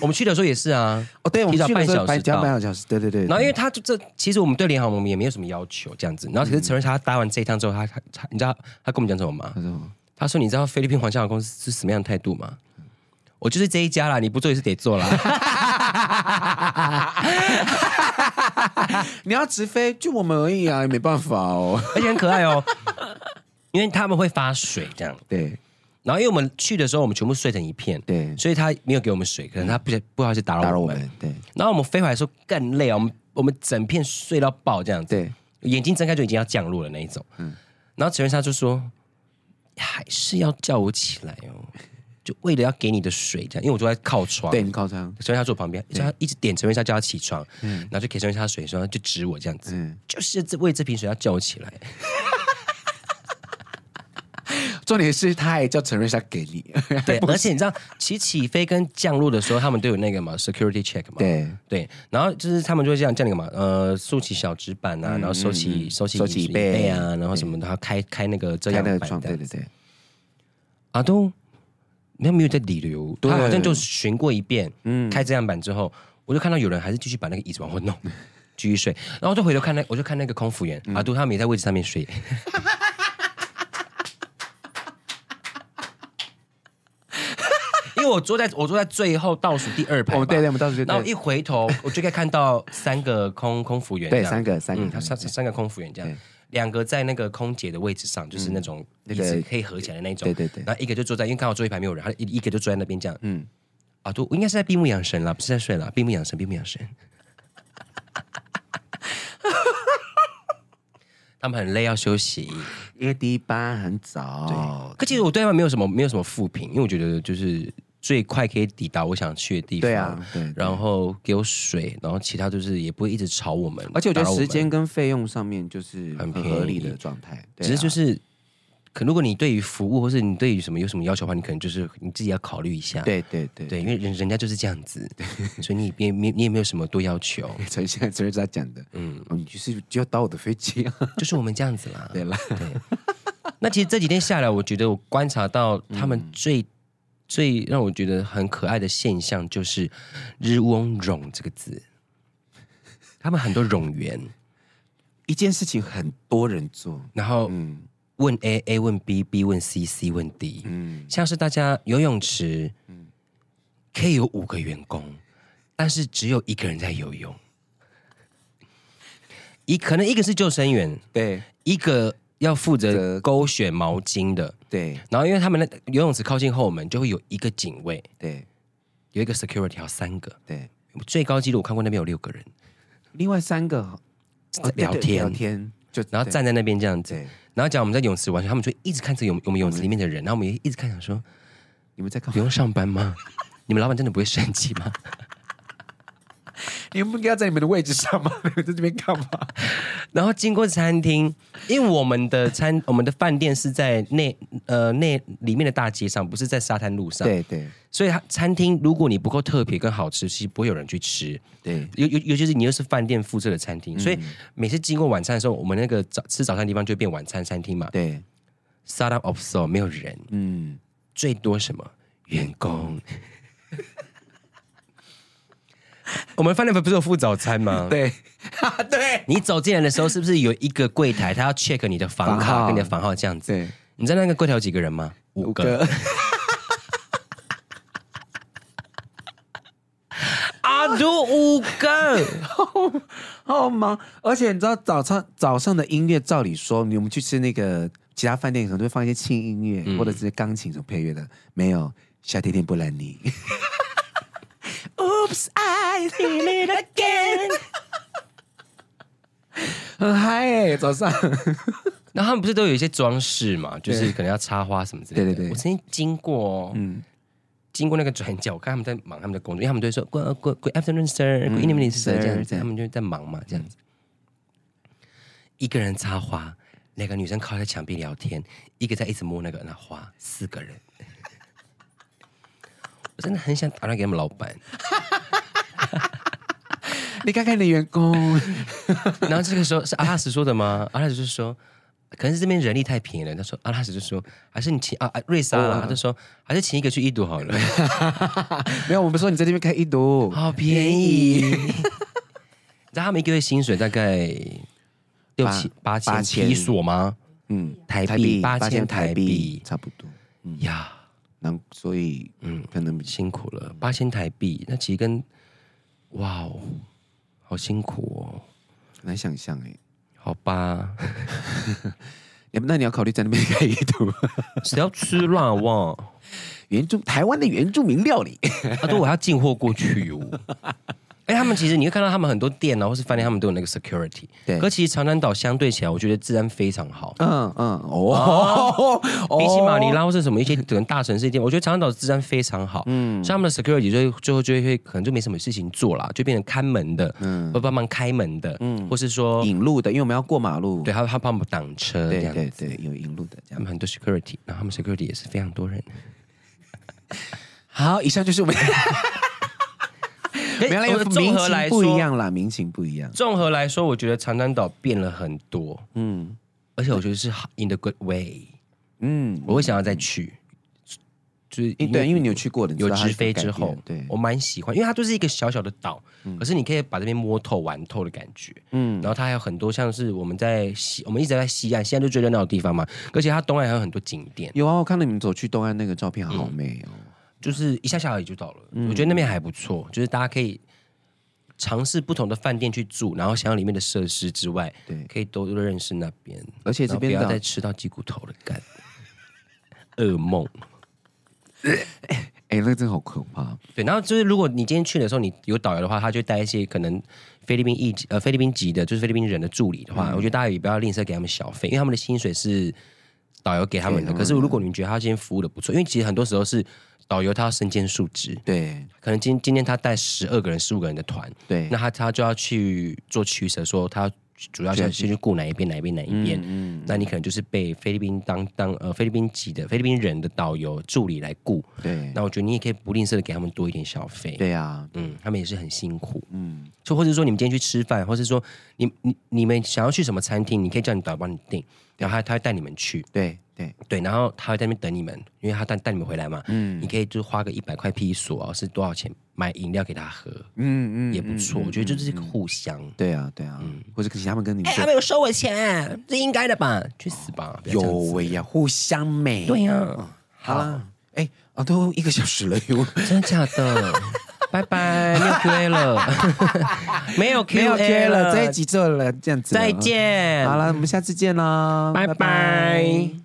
Speaker 1: 我们去的时候也是啊，
Speaker 2: 哦，对，我们
Speaker 1: 提早
Speaker 2: 去的时
Speaker 1: 半小时
Speaker 2: 候半加
Speaker 1: 到
Speaker 2: 半个小时，对对对，
Speaker 1: 然后因为
Speaker 2: 为
Speaker 1: 他就这，其实我们对联航我们也没有什么要求这样子。然后可是承认他搭完这一趟之后，他他他，你知道嗯他跟我们讲什么吗？
Speaker 2: 他说
Speaker 1: 他说：“你知道菲律宾皇家航空是什么样的态度吗？”我就是这一家啦，你不做也是得做啦。
Speaker 2: 你要直飞就我们而已啊，也没办法 哦，
Speaker 1: 而且很可爱哦，因为他们会发水这样。
Speaker 2: 对
Speaker 1: 然后因为我们去的时候，我们全部睡成一片，
Speaker 2: 对，
Speaker 1: 所以他没有给我们水，可能他不不好意思打
Speaker 2: 打扰
Speaker 1: 扰我
Speaker 2: 我
Speaker 1: 们。
Speaker 2: 们，对
Speaker 1: 然后我们飞回来的时候更累啊，我们我们整片睡到爆这样子，
Speaker 2: 对。嗯
Speaker 1: 眼睛睁开就已经要降落了那一种。然后陈元莎就说：“还是要叫我起来哦，就为了要给你的水这样，因为我就在靠窗，
Speaker 2: 对，你靠窗，
Speaker 1: 陈文夏坐我旁边，叫他一直点陈文夏叫他起床，然后就给陈文夏水，然后就指我这样子，
Speaker 2: 嗯，
Speaker 1: 就是这为这瓶水要叫我起 来，
Speaker 2: 重点是他还叫陈瑞莎给你，
Speaker 1: 对，而且你知道，其实起飞跟降落的时候，他们都有那个嘛 security check 嘛，
Speaker 2: 对，
Speaker 1: 对，然后就是他们就会这样叫你干嘛？呃，竖起小纸板
Speaker 2: 嗯
Speaker 1: 啊，然后收起、收起
Speaker 2: 收起椅
Speaker 1: 椅
Speaker 2: 背
Speaker 1: 背啊，然后什么的，然后开开那个遮
Speaker 2: 开
Speaker 1: 阳
Speaker 2: 那
Speaker 1: 板
Speaker 2: 个窗，
Speaker 1: 这
Speaker 2: 对
Speaker 1: 样
Speaker 2: 对对，
Speaker 1: 啊都没有没有在理由，
Speaker 2: 对嗯
Speaker 1: 他好像就巡过一遍，开遮阳板之后，我就看到有人还是继续把那个椅子往后弄， 继续睡，然后就回头看那，我就看那个空服员、
Speaker 2: 嗯
Speaker 1: 阿都他们也在位置上面睡， 因为我坐在我坐在最后倒数第二排嘛，
Speaker 2: 哦，对对，我们当时就
Speaker 1: 然后一回头，我就可以看到三个空空服员，
Speaker 2: 对
Speaker 1: 这样
Speaker 2: 三个三个
Speaker 1: 嗯他三三个空服员这
Speaker 2: 对
Speaker 1: 样，两个在那个空姐的位置上，就是那种
Speaker 2: 那
Speaker 1: 椅
Speaker 2: 个
Speaker 1: 子可以合起来的那种，
Speaker 2: 对对对
Speaker 1: 然后一个就坐在，因为刚好坐一排没有人，他一一个就坐在那边这样，
Speaker 2: 嗯
Speaker 1: 嗯，啊，都我应该是在闭目养神啦，不是在睡啦，闭目养神，闭目养神。 他们很累，要休息。
Speaker 2: 因为第一班很早，
Speaker 1: 可其实我对他们没有什么没有什么负评，因为我觉得就是最快可以抵达我想去的地方。
Speaker 2: 对啊，对，
Speaker 1: 然后给我水，然后其他就是也不会一直吵我们。
Speaker 2: 而且我觉
Speaker 1: 打
Speaker 2: 得
Speaker 1: 扰
Speaker 2: 时
Speaker 1: 们
Speaker 2: 间，跟费用上面就是
Speaker 1: 很便宜
Speaker 2: 合理的状态，对啊
Speaker 1: 只是就是，可如果你对于服务或是你对于什么有什么要求的话，你可能就是你自己要考虑一下。
Speaker 2: 对对对
Speaker 1: 对，因为人人家就是这样子， 所以你也没你也没有什么多要求，
Speaker 2: 陈现在陈瑞莎讲的，嗯，哦你就是就要搭我的飞机啊，
Speaker 1: 就是我们这样子啦。
Speaker 2: 对啦，
Speaker 1: 那其实这几天下来，我觉得我观察到他们最、最让我觉得很可爱的现象，就是日翁冗这个字，他们很多冗员，
Speaker 2: 一件事情很多人做，
Speaker 1: 然后
Speaker 2: 嗯
Speaker 1: 问 A A 问 B B 问 C C 问 D，
Speaker 2: 嗯，
Speaker 1: 像是大家游泳池，可以有五个员工，但是只有一个人在游泳，一可能一个是救生员，
Speaker 2: 对
Speaker 1: 一个要负责
Speaker 2: 责
Speaker 1: 勾选毛巾的，
Speaker 2: 对
Speaker 1: 然后因为他们的游泳池靠近后门，就会有一个警卫，
Speaker 2: 对
Speaker 1: 有一个 security，还有三个，
Speaker 2: 对，
Speaker 1: 最高纪录我看过那边有六个人
Speaker 2: 另外三个
Speaker 1: 在
Speaker 2: 哦对
Speaker 1: 聊
Speaker 2: 对
Speaker 1: 天。
Speaker 2: 聊天就
Speaker 1: 然后站在那边这样子，
Speaker 2: 对，嗯
Speaker 1: 然后讲我们在泳池玩，他们就一直看着泳我们泳池里面的人，然后我们也一直看，想说
Speaker 2: 你们在干
Speaker 1: 不
Speaker 2: 嘛？
Speaker 1: 用上班吗？ 你们老板真的不会生气吗？
Speaker 2: 你们不应该在你们的位置上吗？ 你们在这边干嘛？
Speaker 1: 然后经过餐厅，因为我们的餐我们的饭店是在内呃内里面的大街上，不是在沙滩路上，
Speaker 2: 对对
Speaker 1: 所以它餐厅如果你不够特别跟好吃，其实不会有人去吃。
Speaker 2: 对，嗯
Speaker 1: 尤尤尤其是你又是饭店附设的餐厅，所以每次经过晚餐的时候，我们那个早吃早餐的地方就会变晚餐餐厅嘛。
Speaker 2: 对，
Speaker 1: s a t up of so 没有人，
Speaker 2: 嗯，
Speaker 1: 最多什么员工？ 我们饭店不是有附早餐吗？
Speaker 2: 对， 对
Speaker 1: 你走进来的时候，是不是有一个柜台，他要 check 你的房
Speaker 2: 房号
Speaker 1: 卡跟你的房号这样子？
Speaker 2: 对，
Speaker 1: 你知道那个柜台有几个人吗？五个。阿啊都五个，
Speaker 2: 好忙，而且你知道早上早上的音乐，照理说你我们去吃那个其他饭店可能都会放一些轻音乐、或者是钢琴什么配乐的，没有夏天天布兰妮。Oops,
Speaker 1: 哎
Speaker 2: I did it again 很嗨哎、早上
Speaker 1: 然后他们不是都有一些装饰嘛，就是可能要插花什么之类的。
Speaker 2: 对对对
Speaker 1: 我曾经经过，嗯，经过那个转角，我看他们在忙他们的工作，因为他们都会说 Good uh, Good Good afternoon, sir. Good evening, sir.
Speaker 2: 嗯 sir，
Speaker 1: 这样子，
Speaker 2: 对
Speaker 1: 他们就在忙嘛，这样子。一个人插花，两个女生靠在墙壁聊天，一个在一直摸那个那花，四个人。 我真的很想打电话给他们老板，
Speaker 2: 你看看你的员工，
Speaker 1: 然后这个时候是阿拉斯说的吗？阿拉斯就说，可能是这边人力太便宜了。他说阿拉斯就说，还是你请啊啊瑞莎啦，他就说还是请一个去一读 好了，
Speaker 2: 没有我们说你在这边开一读，
Speaker 1: 好哦便宜。你知道他们一个月薪水大概六七八千
Speaker 2: 八千
Speaker 1: 披索吗？
Speaker 2: 嗯，
Speaker 1: 台币
Speaker 2: 八
Speaker 1: 八千
Speaker 2: 千台
Speaker 1: 台
Speaker 2: 币
Speaker 1: 币
Speaker 2: 差不多，
Speaker 1: 呀，
Speaker 2: 然后所以嗯，可能
Speaker 1: 辛苦了，八千台币，那其实跟哇哦，好辛苦哦，
Speaker 2: 很难想象哎、
Speaker 1: 好吧，
Speaker 2: 欸，那你要考虑在那边开一读。
Speaker 1: 谁要吃辣哇？
Speaker 2: 原住台湾的原住民料理，
Speaker 1: 哦 啊，对，我还要进货过去哟。哎、哎，他们其实你会看到他们很多店啊，或是饭店，他们都有那个 security。
Speaker 2: 对
Speaker 1: 可其实长滩岛相对起来，我觉得治安非常好。
Speaker 2: 嗯嗯， 哦，哦
Speaker 1: 比起马尼拉或是什么一些可能大城市一点，我觉得长滩岛治安非常好，嗯，所以他们的 security 就会最后就会可能就没什么事情做啦，就变成看门的，嗯，会帮忙开门的，嗯，或是说，
Speaker 2: 引路的，因为我们要过马路，
Speaker 1: 对，他他帮我们挡车这
Speaker 2: 对
Speaker 1: 样，
Speaker 2: 对对，有引路的这
Speaker 1: 他
Speaker 2: 样。
Speaker 1: 们很多 security，然后他们 security 也是非常多人，
Speaker 2: 好，以上就是 我们原来有
Speaker 1: 哎我
Speaker 2: 民
Speaker 1: 综合
Speaker 2: 情
Speaker 1: 来
Speaker 2: 不一
Speaker 1: 说，
Speaker 2: 样啦，民情不一样。
Speaker 1: 综合来说，我觉得长滩岛变了很多，
Speaker 2: 嗯
Speaker 1: 而且我觉得是 in the good way，
Speaker 2: 嗯，
Speaker 1: 我会想要再去，就是
Speaker 2: 因对，因为你有去过的，你知
Speaker 1: 有
Speaker 2: 道它
Speaker 1: 直飞
Speaker 2: 改
Speaker 1: 之
Speaker 2: 变
Speaker 1: 后，
Speaker 2: 对，
Speaker 1: 我蛮喜欢，因为它就是一个小小的岛，可是你可以把这边摸透、玩透的感觉。
Speaker 2: 嗯
Speaker 1: 然后它还有很多像是我们在西，我们一直在西岸，西岸就最热闹的地方嘛。而且它东岸还有很多景点，
Speaker 2: 有啊，我看到你们走去东岸那个照
Speaker 1: 嗯
Speaker 2: 片，好美哦。
Speaker 1: 就是一下下而已就到了。
Speaker 2: 嗯
Speaker 1: 我觉得那边还不错，就是大家可以尝试不同的饭店去住，然后享有里面的设施之外，
Speaker 2: 对，
Speaker 1: 可以多多认识那边。
Speaker 2: 而且这边
Speaker 1: 然后不要
Speaker 2: 的
Speaker 1: 再吃到鸡骨头了， 干噩梦。
Speaker 2: 哎，那个真的好可怕。
Speaker 1: 对，然后就是如果你今天去的时候，你有导游的话，他就带一些可能菲律宾裔呃菲律宾籍的，就是菲律宾人的助理的
Speaker 2: 嗯
Speaker 1: 话，我觉得大家也不要吝啬给他们小费，因为他们的薪水是导游给他们的。可是如果
Speaker 2: 嗯
Speaker 1: 你觉得他今天服务的不错，因为其实很多时候是导游他要身兼数职，
Speaker 2: 对
Speaker 1: 可能今今天他带十二个人、十五个人的团，
Speaker 2: 对，
Speaker 1: 那他他就要去做取舍，说他主要想先去顾哪一边、哪一边、哪一边。
Speaker 2: 嗯
Speaker 1: 那你可能就是被菲律宾当当呃菲律宾籍的菲律宾人的导游助理来雇，
Speaker 2: 嗯，对
Speaker 1: 那我觉得你也可以不吝啬的给他们多一点小费。
Speaker 2: 对啊，
Speaker 1: 嗯，他们也是很辛苦，
Speaker 2: 嗯
Speaker 1: 就或者说你们今天去吃饭，或是说你你你们想要去什么餐厅，你可以叫你导游帮你订，然后他他会带你们去，
Speaker 2: 对对，
Speaker 1: 对，然后他会在那边等你们，因为他带带你们回来嘛，
Speaker 2: 嗯
Speaker 1: 你可以就花个一百块披索啊，是多少钱买饮料给他喝，
Speaker 2: 嗯
Speaker 1: 也不错，我觉得嗯就是一个互相。
Speaker 2: 对啊对啊，或者可惜他们跟你
Speaker 1: 嗯
Speaker 2: 们
Speaker 1: 哎，他没有收我钱，这应该的吧？去死吧！不要
Speaker 2: 有
Speaker 1: 这样子
Speaker 2: 为呀，互相美。
Speaker 1: 对呀、
Speaker 2: 好啦，哎啊，都一个小 时了哟。
Speaker 1: 真的假 的？拜拜，没有 Q&A 了， 没有
Speaker 2: 没
Speaker 1: Q&A
Speaker 2: 有 Q 了，这一
Speaker 1: 了，
Speaker 2: 集做了这样子了，
Speaker 1: 再见，
Speaker 2: 好了，我们下次见啦，
Speaker 1: 拜拜。